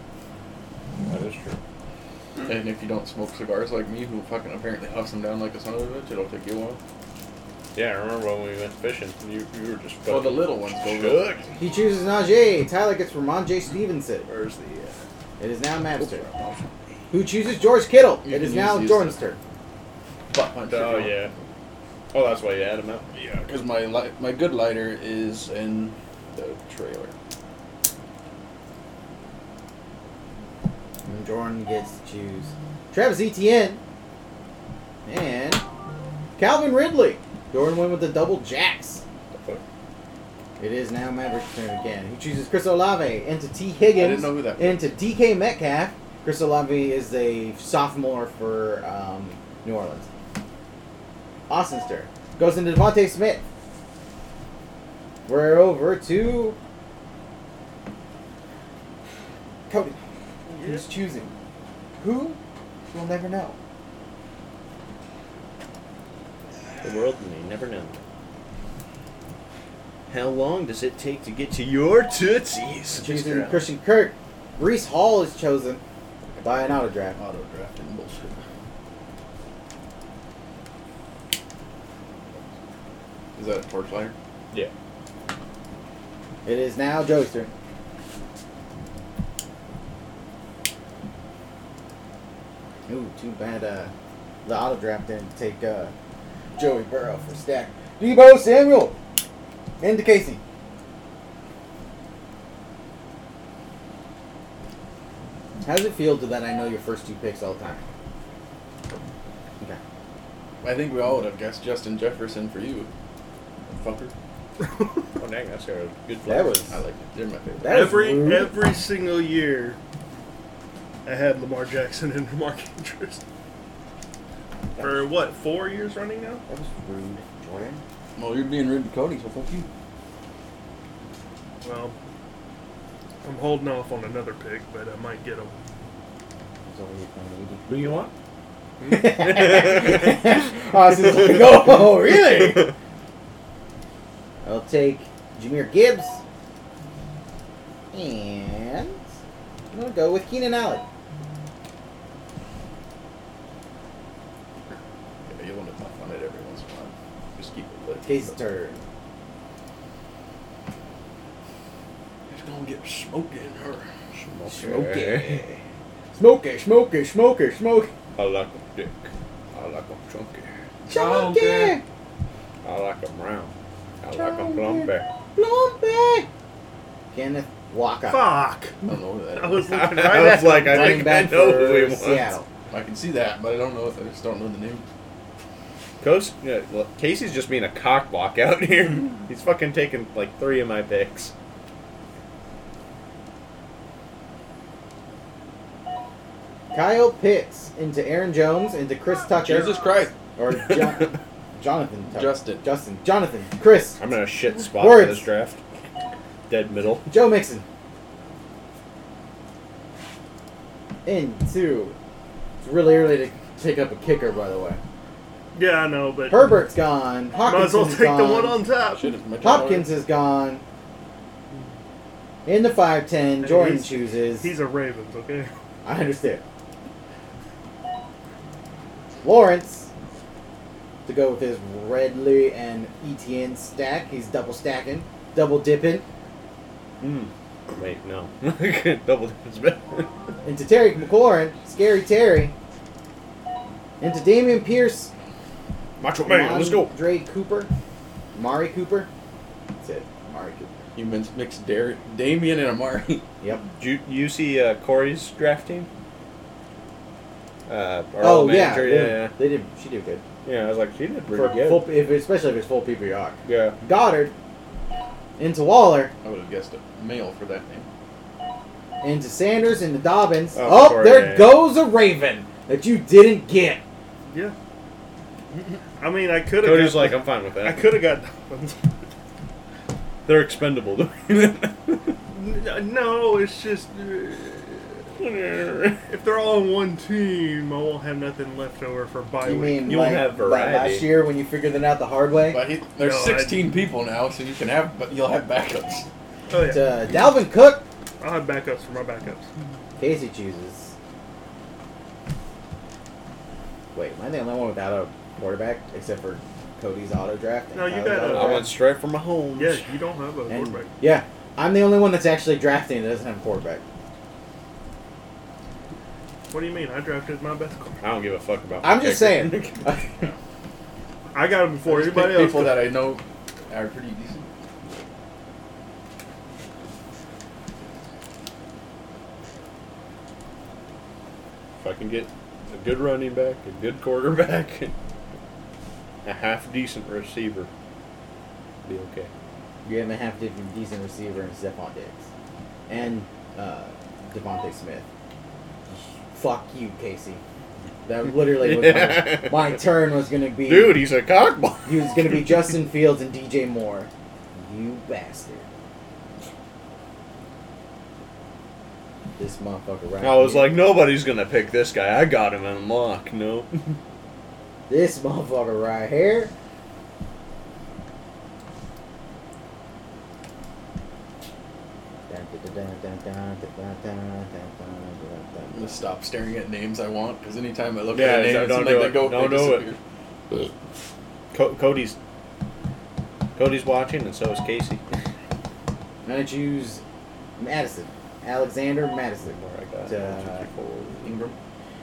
Speaker 2: That is true. Hmm.
Speaker 1: And if you don't smoke cigars like me, who fucking apparently huffs them down like a son of a bitch, it'll take you a while.
Speaker 2: Yeah, I remember when we went fishing. You, you were just
Speaker 1: Well, the
Speaker 2: fucking Oh,
Speaker 1: little ones go real
Speaker 2: shook.
Speaker 4: He chooses Najee. Tyler gets Ramon J. Stevenson.
Speaker 2: Where's the? Uh,
Speaker 4: It is now Matt's turn.
Speaker 1: quick.
Speaker 4: Who chooses George Kittle?
Speaker 1: You
Speaker 4: It
Speaker 1: can
Speaker 4: is
Speaker 1: use
Speaker 4: now
Speaker 1: these
Speaker 4: Jordan's
Speaker 1: then.
Speaker 4: turn.
Speaker 1: Butt punch.
Speaker 2: oh yeah. Oh, that's why you had him out.
Speaker 1: Yeah, because my li- my good lighter is in the trailer.
Speaker 4: And Jordan gets to choose Travis Etienne and Calvin Ridley. Jordan went with the double jacks.
Speaker 2: The fuck?
Speaker 4: It is now Maverick's turn again. Who chooses Chris Olave into T.
Speaker 1: I
Speaker 4: Higgins
Speaker 1: didn't know who that
Speaker 4: into DK Metcalf. Chris Olave is a sophomore for um, New Orleans. Austin's turn. Goes into Devontae Smith. We're over to Cody. Who's choosing? Who? We'll never know.
Speaker 2: The world may never know. How long does it take to get to your tootsies?
Speaker 4: Choosing Christian Kirk. Brees Hall is chosen by an auto draft.
Speaker 1: auto drafting bullshit. Is that a torch lighter?
Speaker 2: Yeah.
Speaker 4: It is now Joey's turn. Ooh, too bad uh, the auto draft didn't take uh, Joey Burrow for stack. Debo Samuel into Casey. How does it feel to that I know your first two picks all the time? Okay.
Speaker 1: I think we all would have guessed Justin Jefferson for you, fucker.
Speaker 2: Oh dang, that's a good
Speaker 4: That
Speaker 2: flavor.
Speaker 4: was
Speaker 1: I like it. They're my favorite.
Speaker 4: that was
Speaker 3: every
Speaker 4: rude.
Speaker 3: every single year, I had Lamar Jackson and Mark Andrews. For what, four years running now?
Speaker 4: that was rude, Jordan.
Speaker 1: Well, you're being rude to Cody, so fuck you.
Speaker 3: Well, I'm holding off on another pick, but I might get him.
Speaker 4: That's all you can do.
Speaker 2: Who do you want?
Speaker 4: Austin's like, oh, really? I'll take Jameer Gibbs. And I'm going to go with Keenan Allen.
Speaker 1: Yeah, you'll want to puff on it every once in a while. Just keep it lit.
Speaker 4: Casey's turn.
Speaker 1: It's gonna get smoking her.
Speaker 2: Smoke.
Speaker 4: Smoke it.
Speaker 2: It's
Speaker 4: Smoky, smoky, smoky, smoky.
Speaker 2: I like them thick. I like them chunky.
Speaker 4: Chunky,
Speaker 2: I like them round. I like them lumpy.
Speaker 4: lumpy. Kenneth Walker.
Speaker 3: Fuck.
Speaker 1: I don't know who that
Speaker 3: I
Speaker 1: is.
Speaker 3: was looking right
Speaker 2: I
Speaker 3: at
Speaker 2: was like, I
Speaker 4: Running
Speaker 2: think I
Speaker 4: back
Speaker 2: know
Speaker 4: for
Speaker 2: who he wants.
Speaker 4: Seattle.
Speaker 1: I can see that, but I don't know. If, I just don't know the name.
Speaker 2: Coast, yeah, well, Casey's just being a cockblock out here. He's fucking taking like three of my picks.
Speaker 4: Kyle Pitts into Aaron Jones into Chris Tucker.
Speaker 1: Jesus Christ!
Speaker 4: Or Jon Jonathan Tucker.
Speaker 1: Justin.
Speaker 4: Justin. Jonathan. Chris.
Speaker 2: I'm in a shit spot
Speaker 4: Words.
Speaker 2: in this draft. Dead middle.
Speaker 4: Joe Mixon. Into. It's really early to pick up a kicker, by the way.
Speaker 3: Yeah, I know, but
Speaker 4: Herbert's gone.
Speaker 3: might
Speaker 4: Hopkins
Speaker 3: as well
Speaker 4: is
Speaker 3: take
Speaker 4: gone.
Speaker 3: the one on top.
Speaker 1: Shit, it's my turn.
Speaker 4: Hopkins is gone. In the 5'10,
Speaker 3: Hey,
Speaker 4: Jordan
Speaker 3: he's-
Speaker 4: chooses.
Speaker 3: He's a Ravens, okay?
Speaker 4: I understand. Lawrence to go with his Redley and ETN stack. He's double stacking, double dipping
Speaker 2: Hmm. Wait, no. Double digits better.
Speaker 4: into Terry McLaurin, scary Terry, into Damian Pierce,
Speaker 2: Macho Man, let's go.
Speaker 4: Dre Cooper, Mari Cooper. That's it, Mari Cooper.
Speaker 1: You mixed, mixed Dar- Damien and Amari.
Speaker 4: Yep.
Speaker 2: Do you, you see uh, Corey's draft team? Uh, our
Speaker 4: oh
Speaker 2: old
Speaker 4: yeah,
Speaker 2: manager,
Speaker 4: they-
Speaker 2: yeah,
Speaker 4: They did. She did good.
Speaker 2: yeah. Yeah, I was like, she did pretty
Speaker 4: For
Speaker 2: good.
Speaker 4: full, if, especially if it's full PPR.
Speaker 2: yeah.
Speaker 4: Goddard into Waller.
Speaker 1: I would have guessed a male for that name.
Speaker 4: into Sanders, into Dobbins.
Speaker 2: Oh,
Speaker 4: Oh,
Speaker 2: sorry.
Speaker 4: there goes a Raven that you didn't get.
Speaker 3: Yeah. I mean, I could have.
Speaker 2: Cody's
Speaker 3: got,
Speaker 2: like, I'm fine with
Speaker 3: I
Speaker 2: that.
Speaker 3: could have got Dolphins.
Speaker 2: They're expendable.
Speaker 3: N- No, it's just uh, if they're all on one team, I won't have nothing left over for bye
Speaker 4: You
Speaker 3: week.
Speaker 4: mean
Speaker 2: You
Speaker 4: like,
Speaker 2: won't have
Speaker 4: like last
Speaker 2: variety.
Speaker 4: year when you figured that out the hard way?
Speaker 1: But he, there's
Speaker 3: No, I-
Speaker 1: 16 people now, so you can have, but you'll have backups.
Speaker 3: oh yeah,
Speaker 4: To Dalvin Cook,
Speaker 3: I'll have backups for my backups.
Speaker 4: Casey chooses. Wait, am I the only one without a quarterback except for Cody's auto draft? and
Speaker 3: No, you
Speaker 4: Kyle's
Speaker 3: got a-
Speaker 4: auto
Speaker 2: I
Speaker 4: draft?
Speaker 2: went straight for my home.
Speaker 3: Yeah, you don't have a
Speaker 4: And-
Speaker 3: quarterback.
Speaker 4: yeah, I'm the only one that's actually drafting that doesn't have a quarterback.
Speaker 3: What do you mean? I drafted my best. quarterback.
Speaker 2: I don't give a fuck about.
Speaker 4: I'm
Speaker 2: my
Speaker 4: just
Speaker 2: kicker.
Speaker 4: saying.
Speaker 3: I got him before
Speaker 1: I just
Speaker 3: anybody
Speaker 1: pick
Speaker 3: else.
Speaker 1: people that I know are pretty decent.
Speaker 2: If I can get a good running back, a good quarterback, and a half decent receiver, be okay.
Speaker 4: You're going to have to have a decent receiver and Stephon Diggs. And uh, Devontae Smith. Fuck you, Casey. That literally was
Speaker 2: Yeah.
Speaker 4: my, my turn was going to be.
Speaker 2: Dude, he's a cockball.
Speaker 4: He was going to be Justin Fields and DJ Moore. You bastard. This motherfucker right
Speaker 2: I was
Speaker 4: here.
Speaker 2: like, nobody's gonna pick this guy. I got him in lock. No,
Speaker 4: This motherfucker right here. Dun, dun, dun, dun, dun, dun, dun, dun, dun, dun,
Speaker 1: I'm
Speaker 4: dun,
Speaker 1: gonna stop staring at names I want because anytime I look
Speaker 2: Yeah,
Speaker 1: at a name,
Speaker 2: so
Speaker 1: it
Speaker 2: don't
Speaker 1: seems
Speaker 2: do
Speaker 1: like they
Speaker 2: it.
Speaker 1: go,
Speaker 2: Don't
Speaker 1: they
Speaker 2: do it.
Speaker 1: disappear.
Speaker 2: Co- Cody's Cody's watching, and so is Casey.
Speaker 4: dun. I'm gonna choose Madison. Alexander Madison.
Speaker 2: Where I got
Speaker 4: Uh,
Speaker 2: two, three, four.
Speaker 1: Ingram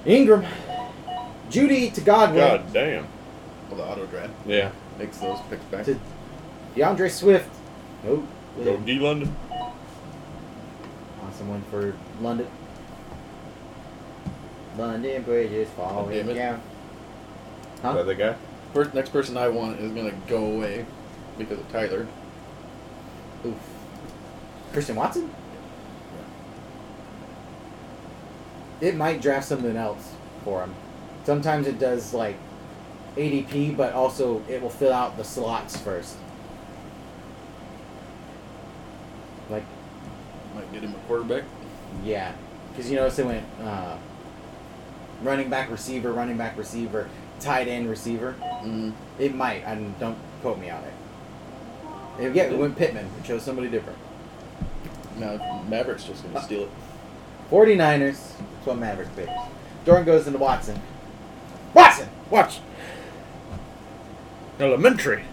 Speaker 4: Ingram. Judy to Godwin.
Speaker 2: God damn.
Speaker 1: well, the auto draft
Speaker 2: Yeah.
Speaker 1: makes those picks back.
Speaker 4: To DeAndre Swift. Nope.
Speaker 2: Go D London.
Speaker 4: Awesome one for London. London Bridge is falling
Speaker 1: Damn it.
Speaker 4: down.
Speaker 2: Is
Speaker 4: Huh?
Speaker 2: that the guy?
Speaker 1: First, next person I want is gonna go away because of Tyler.
Speaker 4: Oof. Christian Watson? It might draft something else for him. Sometimes it does like ADP, but also it will fill out the slots first. Like,
Speaker 1: Might get him a quarterback.
Speaker 4: yeah. Because you notice they went uh, running back receiver, running back receiver, tight end receiver.
Speaker 1: Mm,
Speaker 4: It might. I don't quote me on it. It- Yeah, it went Pittman. It chose somebody different.
Speaker 1: now Maverick's just gonna steal it.
Speaker 4: 49ers. That's what Maverick picks. Jordan goes into Watson. Watson!
Speaker 2: Watch. Elementary.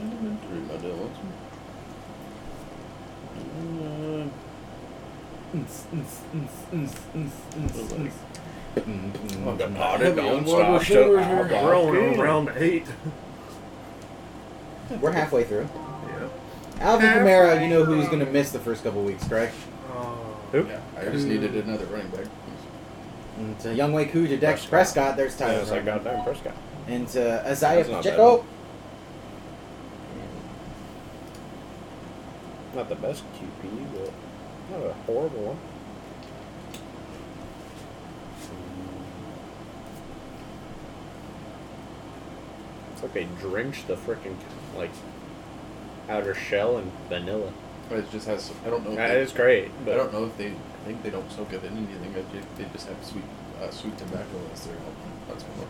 Speaker 1: Elementary, my dear Watson.
Speaker 2: Uh, Mm-hmm.
Speaker 3: We're only on round eight.
Speaker 4: We're halfway through.
Speaker 3: Yeah.
Speaker 4: Alvin Kamara, you know who's going to miss the first couple weeks, correct?
Speaker 3: Who?
Speaker 1: I just needed another running back.
Speaker 4: And to Young Way Koo to Dex
Speaker 2: Prescott.
Speaker 4: Prescott, there's
Speaker 2: Yeah,
Speaker 4: Tyler.
Speaker 2: it's like
Speaker 4: Huntley.
Speaker 2: goddamn Prescott.
Speaker 4: and to Isaiah
Speaker 2: That's not
Speaker 4: Pacheco.
Speaker 2: Not the best QP, but not a horrible one. It's like they drenched the freaking like outer shell in vanilla.
Speaker 1: It just has. I don't know. If
Speaker 2: That
Speaker 1: they,
Speaker 2: is great,
Speaker 1: I
Speaker 2: but
Speaker 1: don't know if they I think they don't soak it in anything. I think They just have sweet uh, sweet tobacco as their That's what.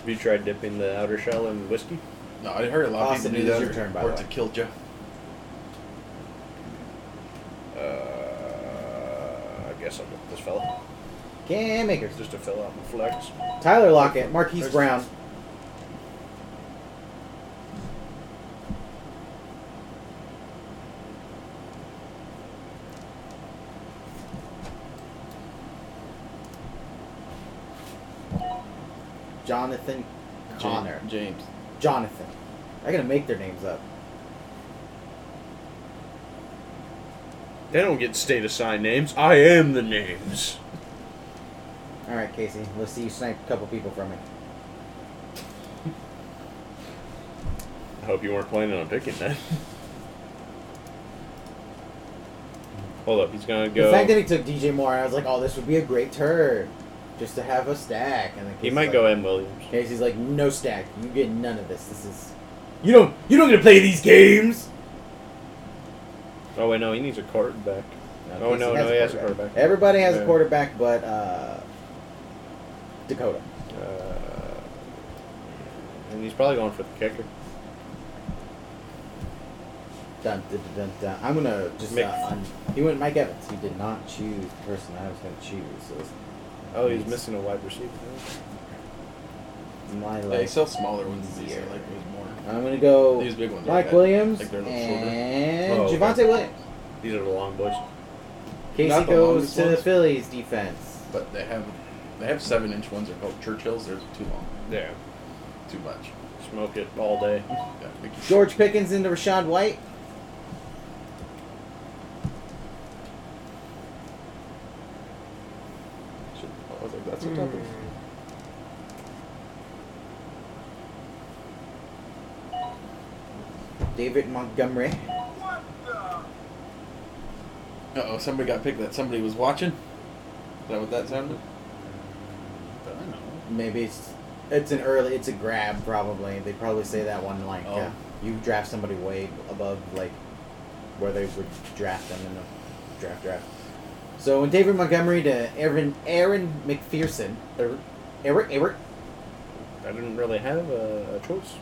Speaker 2: have you tried dipping the outer shell in whiskey?
Speaker 1: No, I heard a lot
Speaker 4: Austin,
Speaker 1: of people
Speaker 4: it
Speaker 1: do
Speaker 4: is
Speaker 1: that.
Speaker 4: your turn, by
Speaker 1: or
Speaker 4: the
Speaker 1: to
Speaker 4: way.
Speaker 1: kill Jeff.
Speaker 2: Uh, I guess I'll get this fella
Speaker 4: Cam Akers.
Speaker 2: just to fill out my flex.
Speaker 4: Tyler Lockett, Marquise Brown. Jonathan Connor.
Speaker 1: James. James.
Speaker 4: Jonathan. I gotta make their names up.
Speaker 2: They don't get state assigned names. I am the names.
Speaker 4: Alright, Casey, let's see you snipe a couple people from me.
Speaker 2: I hope you weren't planning on picking that. Hold up, he's gonna
Speaker 4: The fact that
Speaker 2: go.
Speaker 4: he took DJ Moore, I was like, oh, this would be a great turn. Just to have a stack. And then
Speaker 2: He
Speaker 4: Casey's
Speaker 2: might
Speaker 4: like,
Speaker 2: go M. Williams.
Speaker 4: Casey's like, no stack. You get none of this. This is you don't you don't get to play these games.
Speaker 2: Oh wait, no, he needs a quarterback. Oh,
Speaker 4: Casey
Speaker 2: no, no, he has a quarterback.
Speaker 4: Everybody has
Speaker 2: Yeah.
Speaker 4: a quarterback, but uh, Dakota.
Speaker 2: Uh, and Uh, he's probably going for the kicker.
Speaker 4: Dun, dun, dun, dun, dun. I'm gonna just uh,
Speaker 2: Mick.
Speaker 4: un- he went Mike Evans. He did not choose the person I was gonna choose. So it's
Speaker 2: Oh, he's
Speaker 4: Nice.
Speaker 2: missing a wide receiver.
Speaker 4: my
Speaker 1: They
Speaker 4: like,
Speaker 1: sell smaller ones than these. I like those more.
Speaker 4: I'm gonna go
Speaker 1: These big ones. are
Speaker 4: Mike
Speaker 1: bad.
Speaker 4: Williams
Speaker 1: Like they're not shorter.
Speaker 4: and
Speaker 2: Oh, okay.
Speaker 4: Javante Williams.
Speaker 2: These are the long boys.
Speaker 4: Casey
Speaker 1: Not the
Speaker 4: goes
Speaker 1: longest
Speaker 4: to the
Speaker 1: ones.
Speaker 4: Phillies defense.
Speaker 1: But they have they have seven inch ones. They're called Churchills. They're too long.
Speaker 2: Yeah,
Speaker 1: Too much.
Speaker 2: smoke it all day.
Speaker 1: Yeah, we can-
Speaker 4: George Pickens into Rashad White.
Speaker 1: I was like, that's a tough one.
Speaker 4: David Montgomery.
Speaker 6: Hmm.
Speaker 1: Uh oh, somebody got picked that somebody was watching. Is that what that sounded?
Speaker 6: I don't know.
Speaker 4: Maybe it's it's an early it's a grab probably. They probably say that one like
Speaker 1: Oh.
Speaker 4: uh, you draft somebody way above like where they would draft them in the draft draft. So when David Montgomery to Aaron Aaron McPherson,
Speaker 2: Eric.
Speaker 4: Eric Eric
Speaker 2: I didn't really have a, a choice.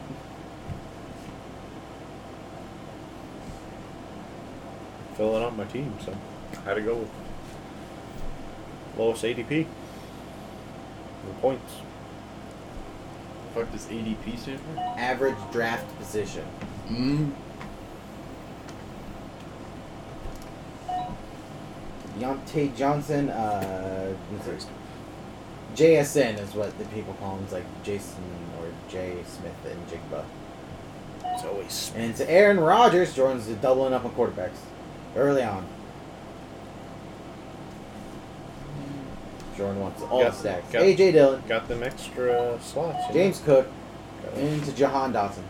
Speaker 2: Filling out my team, so I had to go with lowest ADP and points.
Speaker 1: The fuck does ADP stand for?
Speaker 4: average draft position.
Speaker 1: Mm.
Speaker 4: Deontay Johnson, uh, what's it? JSN is what the people call him. It's like Jason or Jay Smith and Jigba.
Speaker 2: It's always
Speaker 4: And to Aaron Rodgers, Jordan's doubling up on quarterbacks early on. Jordan wants all the
Speaker 2: Got-
Speaker 4: stacks.
Speaker 2: got-
Speaker 4: AJ Dillon,
Speaker 2: got them extra slots. you know?
Speaker 4: James Cook,
Speaker 2: Got it.
Speaker 4: and to Jahan Dotson.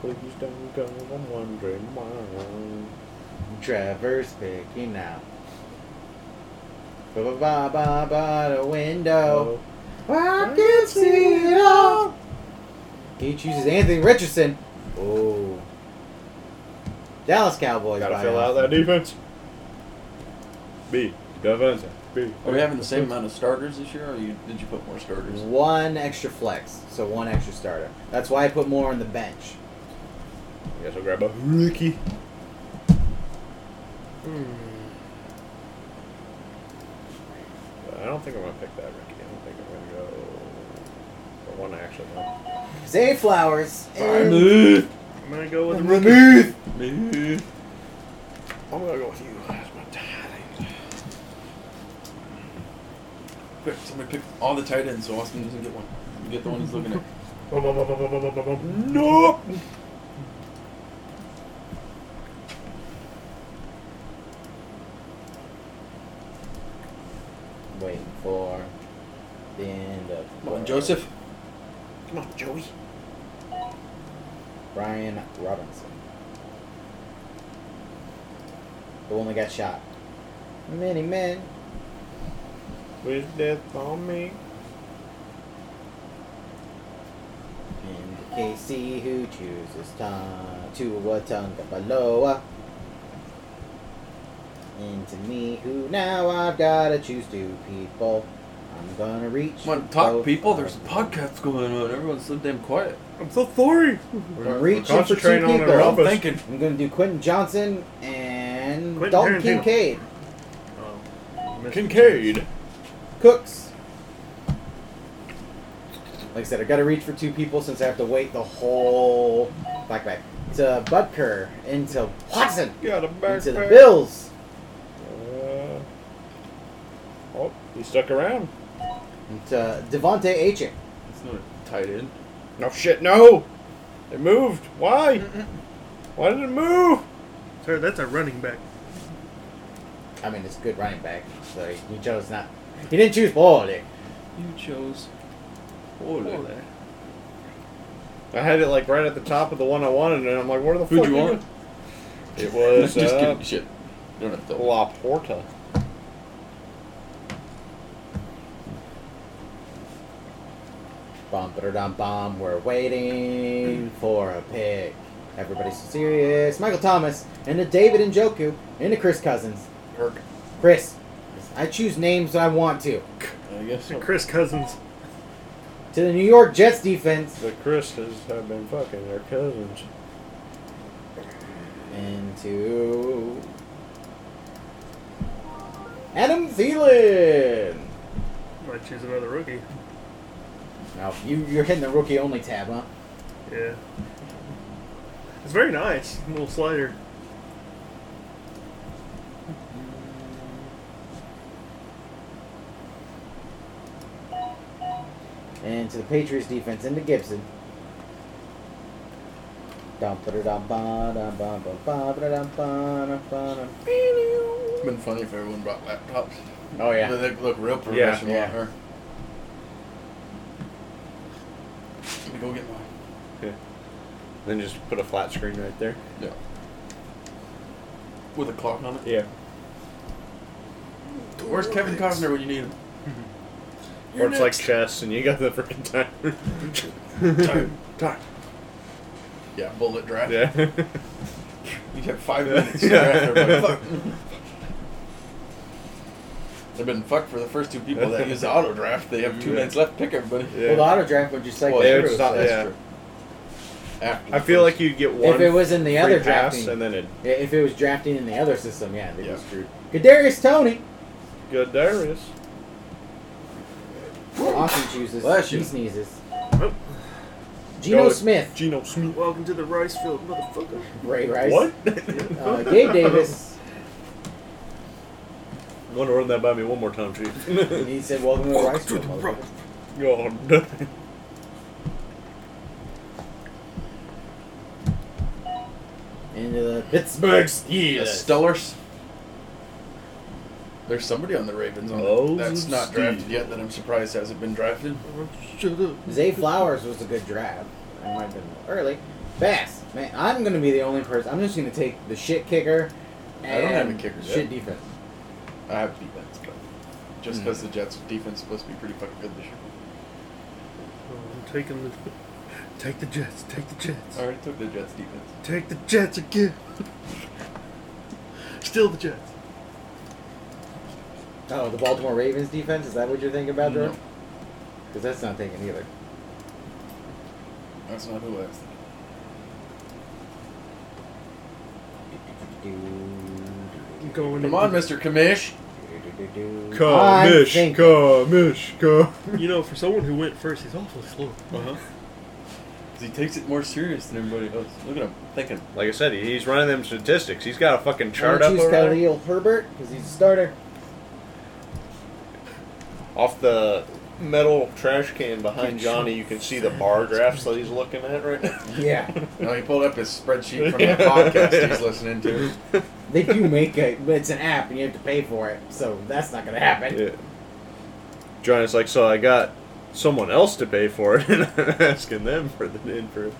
Speaker 2: Please don't go. I'm wondering why.
Speaker 4: Trevor's picking now. Ba ba ba ba ba the window.
Speaker 2: Oh.
Speaker 4: I can see it all. He chooses Anthony Richardson. Oh. Dallas Cowboys.
Speaker 2: gotta
Speaker 4: by
Speaker 2: fill out
Speaker 4: now.
Speaker 2: that defense. B defense. B.
Speaker 1: Are we having the same amount of starters this year, or you, did you put more starters?
Speaker 4: Mm. One extra flex, so one extra starter. That's why I put more on the bench.
Speaker 2: I guess I'll grab a Ricky. Hmm. I don't think I'm gonna pick that Ricky. I don't think I'm gonna go for one I actually know.
Speaker 4: Zay Flowers. Mm.
Speaker 3: I'm gonna go with
Speaker 4: Remove.
Speaker 2: I'm gonna go with you. That's my darling.
Speaker 1: Quick, somebody pick all the tight ends so Austin doesn't get one. You get the one he's looking at.
Speaker 4: Mm.
Speaker 2: Nope.
Speaker 4: Waiting for the end of.
Speaker 1: Come on, Joseph.
Speaker 2: Come on, Joey.
Speaker 4: Brian Robinson. The one that got shot. Many men.
Speaker 2: With death on me.
Speaker 4: And KC who chooses Ta- Tua Tagovailoa. And to me who now I've gotta choose two people. I'm gonna reach.
Speaker 1: Come on, talk,
Speaker 4: both
Speaker 1: people.
Speaker 4: of
Speaker 1: There's a
Speaker 4: them.
Speaker 1: podcast going on. Everyone's so damn quiet.
Speaker 3: I'm so sorry.
Speaker 4: I'm reaching for two
Speaker 3: concentrating on
Speaker 4: people.
Speaker 3: our
Speaker 1: I'm
Speaker 3: Elvis.
Speaker 1: thinking.
Speaker 4: I'm gonna do Quentin Johnson and
Speaker 3: Quentin
Speaker 4: Dalton
Speaker 3: Tarantino.
Speaker 4: Kincaid.
Speaker 3: Um,
Speaker 2: Kincaid.
Speaker 4: Cooks. Like I said, I gotta reach for two people since I have to wait the whole back back. To Butker into Watson.
Speaker 2: Got a
Speaker 4: Into the
Speaker 2: backpack.
Speaker 4: Bills.
Speaker 2: Uh, oh, he stuck around.
Speaker 4: Into Devontae Aitken.
Speaker 1: It's not a tight end.
Speaker 2: No shit, no. It moved. Why? Why did it move?
Speaker 3: Sir, that's a running back.
Speaker 4: I mean, it's a good running back, so he he chose not. He didn't choose Baldy.
Speaker 1: You chose. Holy.
Speaker 2: I had it like right at the top of the one I wanted, and I'm like, where the
Speaker 1: Who'd
Speaker 2: fuck?
Speaker 1: you
Speaker 2: did
Speaker 1: want?
Speaker 2: It It was
Speaker 1: Just
Speaker 2: uh,
Speaker 1: kidding. Shit. You don't have to.
Speaker 2: La Porta.
Speaker 4: Bum dum bum. We're waiting for a pick. Everybody's serious. Michael Thomas and the David and Joku and the Chris Cousins.
Speaker 1: Kirk.
Speaker 4: Chris, I choose names that I want to.
Speaker 1: I guess
Speaker 2: Oh.
Speaker 1: so.
Speaker 3: Chris Cousins.
Speaker 4: To the New York Jets defense
Speaker 2: The Christas have been fucking their cousins.
Speaker 4: and to Adam Thielen.
Speaker 3: Might choose another rookie.
Speaker 4: Now you you're hitting the rookie only tab, huh?
Speaker 3: Yeah. It's very nice. Little slider.
Speaker 4: And to the Patriots defense into Gibson. Dum ba da dum ba dum ba ba ba ba da dum ba dum ba dum.
Speaker 1: It's been funny if everyone brought laptops.
Speaker 4: Oh yeah.
Speaker 1: They look real professional
Speaker 4: yeah.
Speaker 1: out here. Let me go get mine.
Speaker 2: Then just put a flat screen right there.
Speaker 1: Yeah. With a clock on it.
Speaker 2: Yeah.
Speaker 1: Where's Kevin Costner when you need him?
Speaker 2: Or it's like chess, and you got the freaking timer.
Speaker 1: Time. Time. Yeah, bullet draft.
Speaker 2: yeah.
Speaker 1: You have five minutes
Speaker 2: Yeah.
Speaker 1: to draft everybody. Fuck. They've been fucked for the first two people that use the auto draft. They have two
Speaker 2: Yeah.
Speaker 1: minutes left. Pick everybody.
Speaker 2: Yeah.
Speaker 4: Well, the auto draft would just like
Speaker 1: Well,
Speaker 2: they
Speaker 1: true,
Speaker 2: would stop-
Speaker 1: that's
Speaker 2: yeah.
Speaker 1: true. After
Speaker 2: I
Speaker 1: the
Speaker 2: feel
Speaker 1: first-
Speaker 2: like you'd get one.
Speaker 4: if it was in the
Speaker 2: free
Speaker 4: other
Speaker 2: pass,
Speaker 4: drafting,
Speaker 2: and then it
Speaker 4: i- if it was drafting in the other system, yeah, they'd
Speaker 1: Yeah.
Speaker 4: be screwed. Kadarius Tony.
Speaker 2: good Darius.
Speaker 4: Austin chooses.
Speaker 1: Bless
Speaker 4: he
Speaker 1: you.
Speaker 4: sneezes.
Speaker 3: Oh,
Speaker 4: Geno
Speaker 2: Go.
Speaker 4: Smith.
Speaker 2: Geno Smith.
Speaker 3: welcome to the rice field, motherfucker.
Speaker 4: Ray Rice.
Speaker 2: What?
Speaker 4: Uh, Gabe Davis.
Speaker 2: Want to run that by me one more time, Chief?
Speaker 4: and he said, "Welcome to the Rice Bowl." motherfucker."
Speaker 2: God.
Speaker 4: Into the Pittsburgh
Speaker 1: The
Speaker 4: Steelers.
Speaker 1: Stellars. There's somebody on the Ravens on
Speaker 2: Oh,
Speaker 1: that's not
Speaker 2: Steve.
Speaker 1: drafted yet that I'm surprised hasn't been drafted.
Speaker 3: Shut up.
Speaker 4: Zay Flowers was a good draft. I might have been early. Bass, man, I'm gonna be the only person. I'm just gonna take the shit kicker. And
Speaker 1: I don't have a kicker yet.
Speaker 4: Shit defense.
Speaker 1: I have defense, but just because the Jets' defense is supposed to be pretty fucking good this year.
Speaker 3: I'm taking the. Take the Jets. Take the Jets.
Speaker 1: I already took the Jets' defense.
Speaker 3: Take the Jets again. Still the Jets.
Speaker 4: Oh, the Baltimore Ravens defense. Is that what you're thinking about, Drew?
Speaker 1: No.
Speaker 4: Because that's not thinking either.
Speaker 1: That's not who I was
Speaker 3: Going
Speaker 1: Come on,
Speaker 3: in-
Speaker 1: Mr. Commish.
Speaker 4: I'm thinking.
Speaker 2: Kamish, Kamish.
Speaker 3: You know, for someone who went first, he's awfully slow.
Speaker 2: Uh-huh.
Speaker 1: 'Cause He takes it more serious than everybody else. Look at him thinking.
Speaker 2: Like I said, he- he's running them statistics. He's got a fucking
Speaker 4: Why
Speaker 2: chart
Speaker 4: don't
Speaker 2: up
Speaker 4: you choose
Speaker 2: over there.
Speaker 4: Khalil Herbert because he's a starter.
Speaker 2: Off the metal trash can behind Johnny, you can see the bar graphs that he's looking at right now.
Speaker 4: Yeah,
Speaker 1: No, Oh, he pulled up his spreadsheet from the podcast he's listening to.
Speaker 4: they do make a, but it's an app and you have to pay for it, so that's not gonna happen.
Speaker 2: Yeah. Johnny's like, so I got someone else to pay for it, and I'm asking them for the info.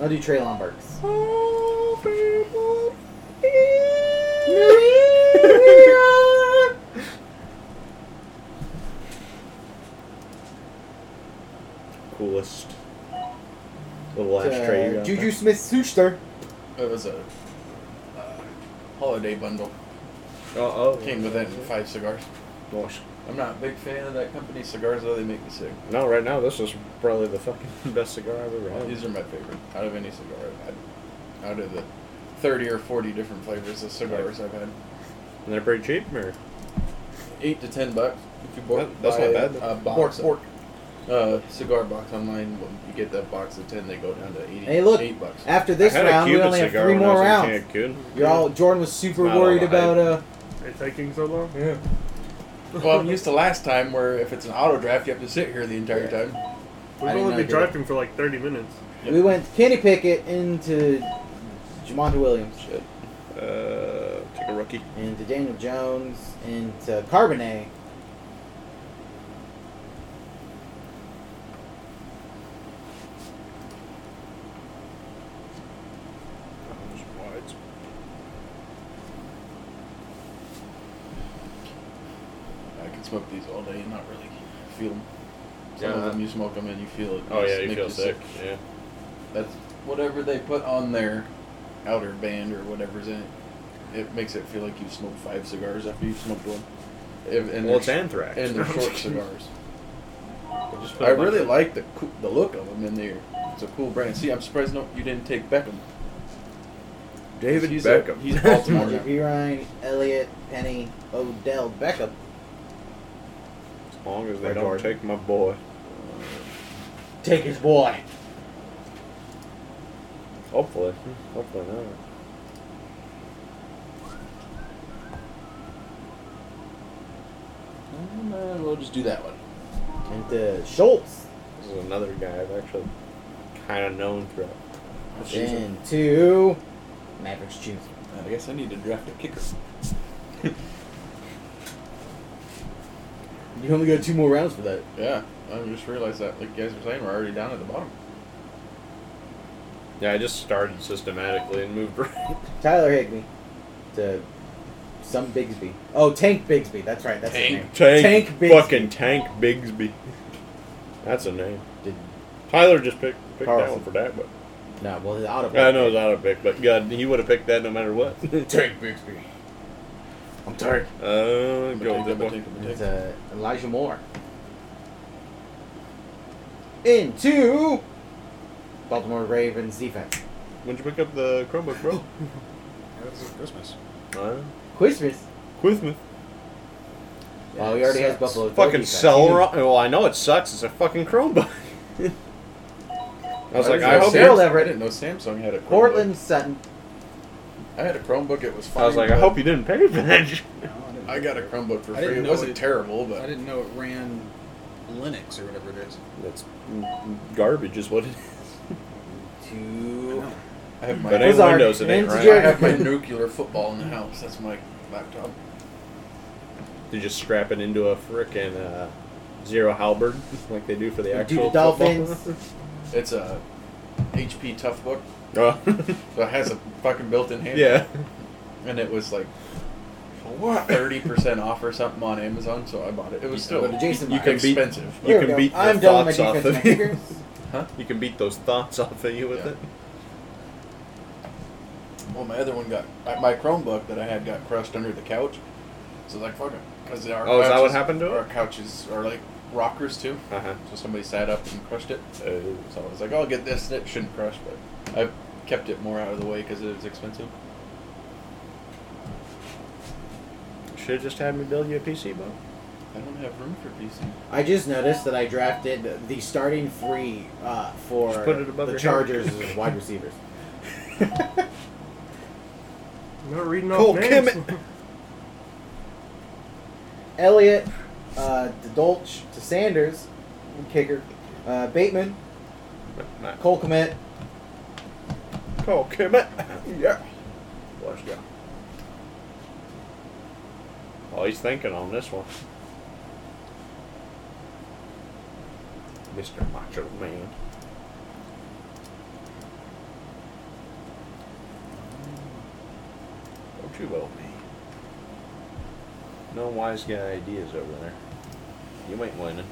Speaker 4: I'll do Traylon Burks.
Speaker 2: Coolest little ashtray you
Speaker 4: Uh,
Speaker 2: got.
Speaker 4: Juju Smith-Schuster.
Speaker 1: It was a uh, holiday bundle.
Speaker 2: there. Oh, oh.
Speaker 1: Came with that and five cigars.
Speaker 2: Gosh.
Speaker 1: I'm not a big fan of that company cigars though. They make me sick.
Speaker 2: No, right now this is probably the fucking best cigar I've ever had.
Speaker 1: These are my favorite out of any cigar I've had. Out of the 30 or 40 different flavors of cigars I've had.
Speaker 2: And they're pretty cheap, or
Speaker 1: Eight to ten bucks if you bo-
Speaker 2: That- that's
Speaker 1: buy
Speaker 2: not bad,
Speaker 1: A, a box
Speaker 4: Bork,
Speaker 1: of-
Speaker 4: Bork.
Speaker 1: Uh, cigar box online. When you get that box of ten, they go down to 80,
Speaker 4: Hey, look.
Speaker 1: eight bucks.
Speaker 4: After this
Speaker 2: I had
Speaker 4: round,
Speaker 2: a
Speaker 4: we
Speaker 2: Cuban
Speaker 4: only have
Speaker 2: cigar
Speaker 4: three
Speaker 2: when I
Speaker 4: more
Speaker 2: was in
Speaker 4: rounds.
Speaker 2: Cancun.
Speaker 4: You're all Jordan was super
Speaker 2: Not all
Speaker 4: worried
Speaker 2: the hype.
Speaker 4: about uh
Speaker 3: It's taking so long.
Speaker 5: Yeah.
Speaker 1: Well, I'm used to last time where if it's an auto draft, you have to sit here the entire time.
Speaker 3: We've
Speaker 4: I didn't
Speaker 3: only
Speaker 4: know
Speaker 3: been
Speaker 4: I did it.
Speaker 3: driving for like 30 minutes.
Speaker 4: we went Kenny Pickett into Jamonta Williams
Speaker 2: Shit. Uh, take a rookie.
Speaker 4: into Daniel Jones into Carbonet.
Speaker 1: I could smoke these all day and not really feel them. Some
Speaker 2: Yeah.
Speaker 1: of them you smoke them and you feel it.
Speaker 2: Oh
Speaker 1: It's
Speaker 2: yeah, you
Speaker 1: make
Speaker 2: feel sick. Yeah.
Speaker 1: That's whatever they put on their outer band or whatever's in it. It makes it feel like you smoked five cigars after you smoked one. If, and
Speaker 2: well,
Speaker 1: they're-
Speaker 2: it's anthrax.
Speaker 1: and they're short cigars.
Speaker 2: They just put
Speaker 1: I
Speaker 2: a bunch
Speaker 1: really
Speaker 2: of-
Speaker 1: like the coo- the look of them in there. It's a cool brand. See, I'm surprised no, you didn't take Beckham.
Speaker 2: David
Speaker 1: he's a-
Speaker 2: Beckham.
Speaker 1: he's Baltimore. now.
Speaker 4: JP Ryan, Elliott, Penny, Odell, Beckham.
Speaker 2: As long as they
Speaker 4: Red
Speaker 2: don't
Speaker 4: Guard.
Speaker 2: take my boy.
Speaker 4: Take his boy.
Speaker 2: Hopefully. Hopefully not.
Speaker 1: Mm, uh, we'll just do that one.
Speaker 4: Into Schultz.
Speaker 2: This is another guy I've actually kind of known throughout. the season.
Speaker 4: Into Mavericks Jr.
Speaker 1: I guess I need to draft a kicker.
Speaker 4: You only got two more rounds for that.
Speaker 1: Yeah, I just realized that. Like you guys were saying, we're already down at the bottom.
Speaker 2: Yeah, I just started systematically and moved right.
Speaker 4: Tyler Higby. To some Bigsby. Oh, Tank Bigsby. That's right. That's his name.
Speaker 2: Tank,
Speaker 4: Tank Bigsby.
Speaker 2: fucking Tank Bigsby. That's a name.
Speaker 4: Did,
Speaker 2: Tyler just picked, picked that
Speaker 4: Carlson.
Speaker 2: one for that, but
Speaker 4: no, well, his auto.
Speaker 2: I know it's not a pick, but God, he would have picked that no matter what.
Speaker 5: Tank Bixby.
Speaker 4: I'm tired.
Speaker 2: Uh, go with
Speaker 1: Take,
Speaker 2: that one.
Speaker 1: take, take.
Speaker 4: It's uh, Elijah Moore. Into Baltimore Ravens defense.
Speaker 2: When'd you pick up the Chromebook, bro?
Speaker 5: That was for Christmas.
Speaker 2: uh,
Speaker 4: Christmas.
Speaker 2: Quithman.
Speaker 4: Well, he already has
Speaker 5: Sucks.
Speaker 4: Buffalo. Bill
Speaker 2: Fucking
Speaker 4: defense.
Speaker 2: sell. Ro- well, I know it sucks. It's a fucking Chromebook. I was like,
Speaker 1: didn't
Speaker 2: I
Speaker 1: know Sam-
Speaker 2: hope
Speaker 4: Gerald Everett.
Speaker 1: I didn't know Samsung had a Chromebook.
Speaker 4: Portland Sutton.
Speaker 1: I had a Chromebook. It was fine.
Speaker 2: I was like, I
Speaker 1: but
Speaker 2: hope you didn't pay for that. shit.
Speaker 5: No, I, didn't
Speaker 1: I got a Chromebook for
Speaker 5: I
Speaker 1: free.
Speaker 5: didn't
Speaker 1: It
Speaker 5: know
Speaker 1: wasn't
Speaker 5: it-
Speaker 1: terrible,
Speaker 5: I
Speaker 1: but
Speaker 5: didn't know it ran Linux or whatever it is.
Speaker 2: That's garbage, is what it is.
Speaker 4: To
Speaker 5: No.
Speaker 1: I have my
Speaker 2: But
Speaker 1: I
Speaker 2: it ain't
Speaker 4: Ozark.
Speaker 2: Windows, it ain't
Speaker 4: Vince
Speaker 2: right.
Speaker 1: I
Speaker 4: Jared-
Speaker 1: have my nuclear football in the house. That's my laptop.
Speaker 2: They just strap it into a frickin' uh, zero halberd like they do for the
Speaker 4: Do
Speaker 2: actual
Speaker 4: the Dolphins.
Speaker 1: It's a HP Toughbook.
Speaker 2: football.
Speaker 1: So it has a fucking built-in
Speaker 2: Oh,
Speaker 1: handle.
Speaker 2: yeah.
Speaker 1: And it was like thirty percent off or something on Amazon, so I bought it. It was
Speaker 4: Go
Speaker 1: still
Speaker 4: to Jason.
Speaker 2: you
Speaker 4: Myers.
Speaker 2: can beat-
Speaker 1: expensive.
Speaker 2: you
Speaker 4: There we
Speaker 2: can
Speaker 4: go.
Speaker 2: beat the
Speaker 4: I'm done with my
Speaker 2: thoughts off
Speaker 4: defensive
Speaker 2: of you.
Speaker 4: makers.
Speaker 2: You can beat those thoughts off of you with
Speaker 1: Yeah.
Speaker 2: it.
Speaker 1: Well, my other one got I- my Chromebook that I had got crushed under the couch. So like fuck it, because our
Speaker 2: Oh, is that what
Speaker 1: couches-
Speaker 2: happened to it?
Speaker 1: Our couches are like rockers too.
Speaker 2: Uh huh.
Speaker 1: So somebody sat up and crushed it.
Speaker 2: Uh,
Speaker 1: So I was like, I'll get this. and It shouldn't crush, but I kept it more out of the way because it was expensive.
Speaker 2: Should have just had me build you a PC, Bob.
Speaker 1: I don't have room for PC.
Speaker 4: I just noticed that I drafted the starting three uh, for
Speaker 3: Just put it above
Speaker 4: the
Speaker 3: your
Speaker 4: Chargers as wide receivers.
Speaker 3: I'm not reading
Speaker 2: Cole
Speaker 3: off names.
Speaker 2: Kemet.
Speaker 4: Elliott, uh, to Dolch, to Sanders, kicker, uh, Bateman, Cole Komet,
Speaker 2: Cole Kemet. Yeah. Let's go. Well, Oh, he's thinking on this one. Mr. Macho Man. Don't you vote me. No wise guy ideas over there. You ain't winning.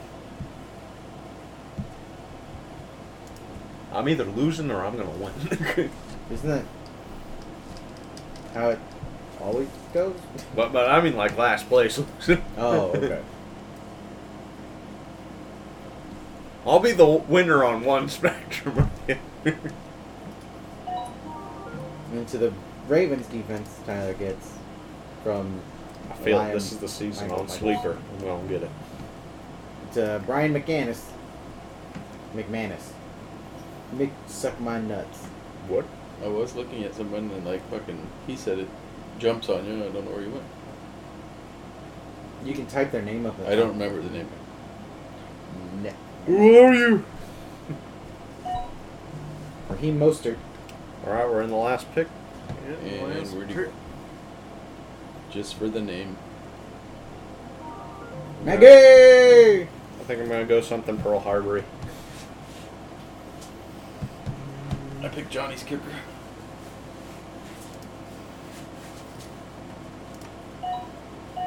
Speaker 2: I'm either losing or I'm gonna win.
Speaker 4: Isn't that how it always goes?
Speaker 2: But but I mean like last place.
Speaker 4: Oh, okay.
Speaker 2: I'll be the winner on one spectrum.
Speaker 4: Into the Ravens defense, Tyler gets from
Speaker 2: I feel
Speaker 4: Lions,
Speaker 2: this is the season
Speaker 4: Michael
Speaker 2: on
Speaker 4: Michaels.
Speaker 2: sleeper. I'm gonna get it.
Speaker 4: to Brian McManus. McManus. Mick suck my nuts.
Speaker 2: What?
Speaker 1: I was looking at someone and like fucking, he said it jumps on you. and I don't know where you went.
Speaker 4: You can type their name up. at
Speaker 1: I
Speaker 4: the
Speaker 1: don't remember the name.
Speaker 4: net.
Speaker 2: Who are you?
Speaker 4: Raheem Mostert.
Speaker 2: All right, we're in the last pick.
Speaker 3: Yeah,
Speaker 1: And
Speaker 3: last
Speaker 1: where do you
Speaker 3: tur-
Speaker 1: go? Just for the name.
Speaker 4: Maggie!
Speaker 2: I think I'm gonna go something Pearl Harbory.
Speaker 1: I picked Johnny's kicker.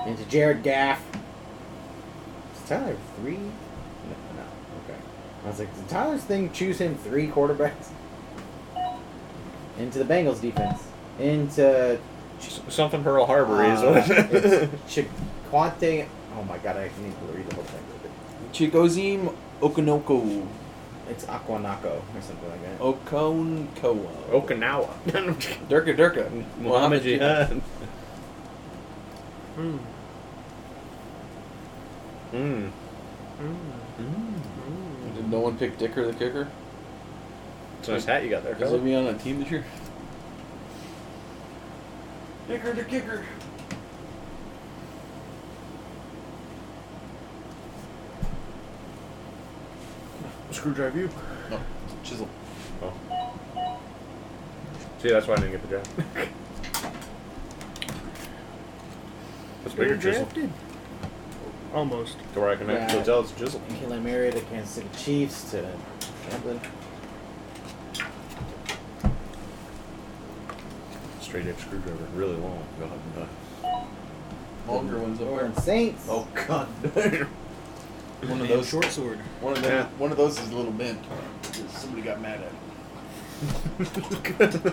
Speaker 4: Into Jared Gaff. Is Tyler three? No, no. Okay. I was like, did Tyler's thing choose him three quarterbacks? Into the Bengals defense. Into
Speaker 2: S- something Pearl Harbory is
Speaker 4: uh,
Speaker 2: what it is.
Speaker 4: it's Chiquante. Oh my god, I need to read the whole thing.
Speaker 1: Chikozim Okonoko.
Speaker 4: It's Aquanaco or something like that.
Speaker 1: Okonkoa.
Speaker 2: Okinawa.
Speaker 1: Durka Durka.
Speaker 2: Muhammad Jihad.
Speaker 3: Mm,
Speaker 2: Mm.
Speaker 3: mm, mm.
Speaker 1: Did no one pick Dicker the kicker?
Speaker 2: It's a nice hat you got there,
Speaker 1: Is
Speaker 2: fella.
Speaker 1: he on a team this year? Dicker the kicker.
Speaker 3: Screwdrive you.
Speaker 1: No, chisel.
Speaker 2: Oh. See, that's why I didn't get the job. That's bigger
Speaker 3: You're
Speaker 2: jizzle.
Speaker 3: drafted. Almost.
Speaker 2: To where I can actually
Speaker 4: Yeah.
Speaker 2: tell it's jizzle.
Speaker 4: Kayla Murray to Kansas City Chiefs to Tampa.
Speaker 2: Straight edge screwdriver, really long. God, no.
Speaker 1: Longer ones up there.
Speaker 4: Orleans Saints.
Speaker 1: God. one of
Speaker 5: And
Speaker 1: those.
Speaker 5: short sword.
Speaker 1: One of them.
Speaker 2: Yeah.
Speaker 1: One of those is a little bent. Somebody got mad at. Me.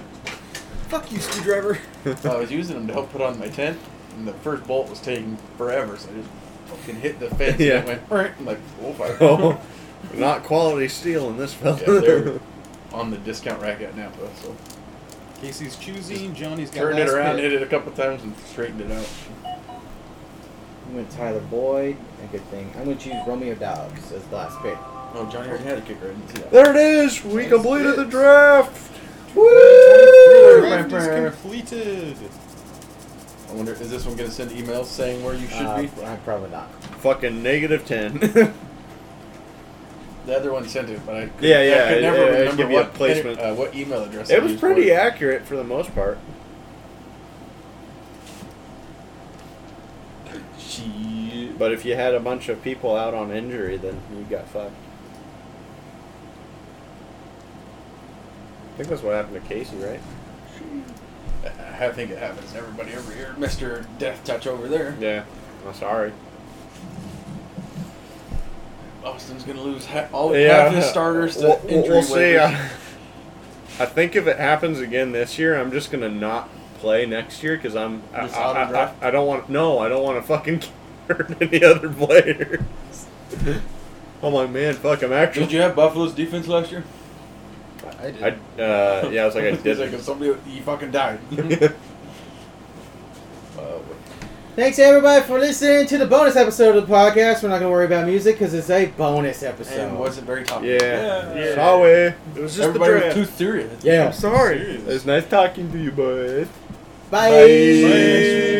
Speaker 5: Fuck you, screwdriver.
Speaker 1: So I was using them to help put on my tent, and the first bolt was taking forever, so I just fucking hit the fence
Speaker 2: Yeah.
Speaker 1: and it went "Brrrt," I'm like, oh fuck.
Speaker 2: Oh, not quality steel in this fella.
Speaker 1: Yeah, they're on the discount rack at Napa, so
Speaker 5: Casey's choosing. Johnny's got
Speaker 1: turned it
Speaker 5: last
Speaker 1: around,
Speaker 5: pick.
Speaker 1: hit it a couple times, and straightened it out.
Speaker 4: I'm going to Tyler Boyd. A good thing. I'm going to choose Romeo Dobbs as the last pick.
Speaker 1: Oh, Johnny already had a kicker. I didn't see that.
Speaker 2: there it is. We completed the draft.
Speaker 5: Draft is completed.
Speaker 1: I wonder, is this one gonna send emails saying where you should
Speaker 4: Uh,
Speaker 1: be?
Speaker 4: I'm probably not.
Speaker 2: Fucking negative ten. yeah,
Speaker 1: The other one sent it, but I could,
Speaker 2: yeah.
Speaker 1: I could never
Speaker 2: yeah, it'd
Speaker 1: remember
Speaker 2: give you a
Speaker 1: what
Speaker 2: placement.
Speaker 1: uh, what email address. I
Speaker 2: it was
Speaker 1: used
Speaker 2: pretty
Speaker 1: for it.
Speaker 2: accurate for the most part.
Speaker 1: She.
Speaker 2: But if you had a bunch of people out on injury, then you got fucked. I think that's what happened to Casey, right?
Speaker 1: I think it happens. to Everybody over here, Mister Death Touch over there.
Speaker 2: Yeah. I'm sorry.
Speaker 1: Austin's gonna lose ha- all
Speaker 2: yeah.
Speaker 1: half his starters to
Speaker 2: We'll, we'll-
Speaker 1: injury
Speaker 2: we'll see.
Speaker 1: waivers.
Speaker 2: I, I think if it happens again this year, I'm just gonna not play next year because I'm I,
Speaker 1: Just
Speaker 2: I, I,
Speaker 1: auto-draft?
Speaker 2: I don't want no I don't want to fucking hurt any other player. I'm like, man, fuck, I'm actually.
Speaker 1: Did you have Buffalo's defense last year?
Speaker 6: I did.
Speaker 2: I uh, yeah, I was like, I
Speaker 1: He's like, if
Speaker 2: did.
Speaker 1: somebody, he fucking died. uh,
Speaker 4: Thanks everybody for listening to the bonus episode of the podcast. We're not gonna worry about music because it's a bonus
Speaker 1: and
Speaker 4: episode.
Speaker 1: wasn't very topical.
Speaker 2: yeah.
Speaker 3: Yeah.
Speaker 2: Sorry.
Speaker 3: It was just
Speaker 1: Everybody
Speaker 3: the
Speaker 1: was
Speaker 3: draft.
Speaker 1: too serious.
Speaker 4: yeah.
Speaker 3: I'm sorry.
Speaker 2: It's nice talking to you, bud.
Speaker 4: Bye.
Speaker 2: Bye.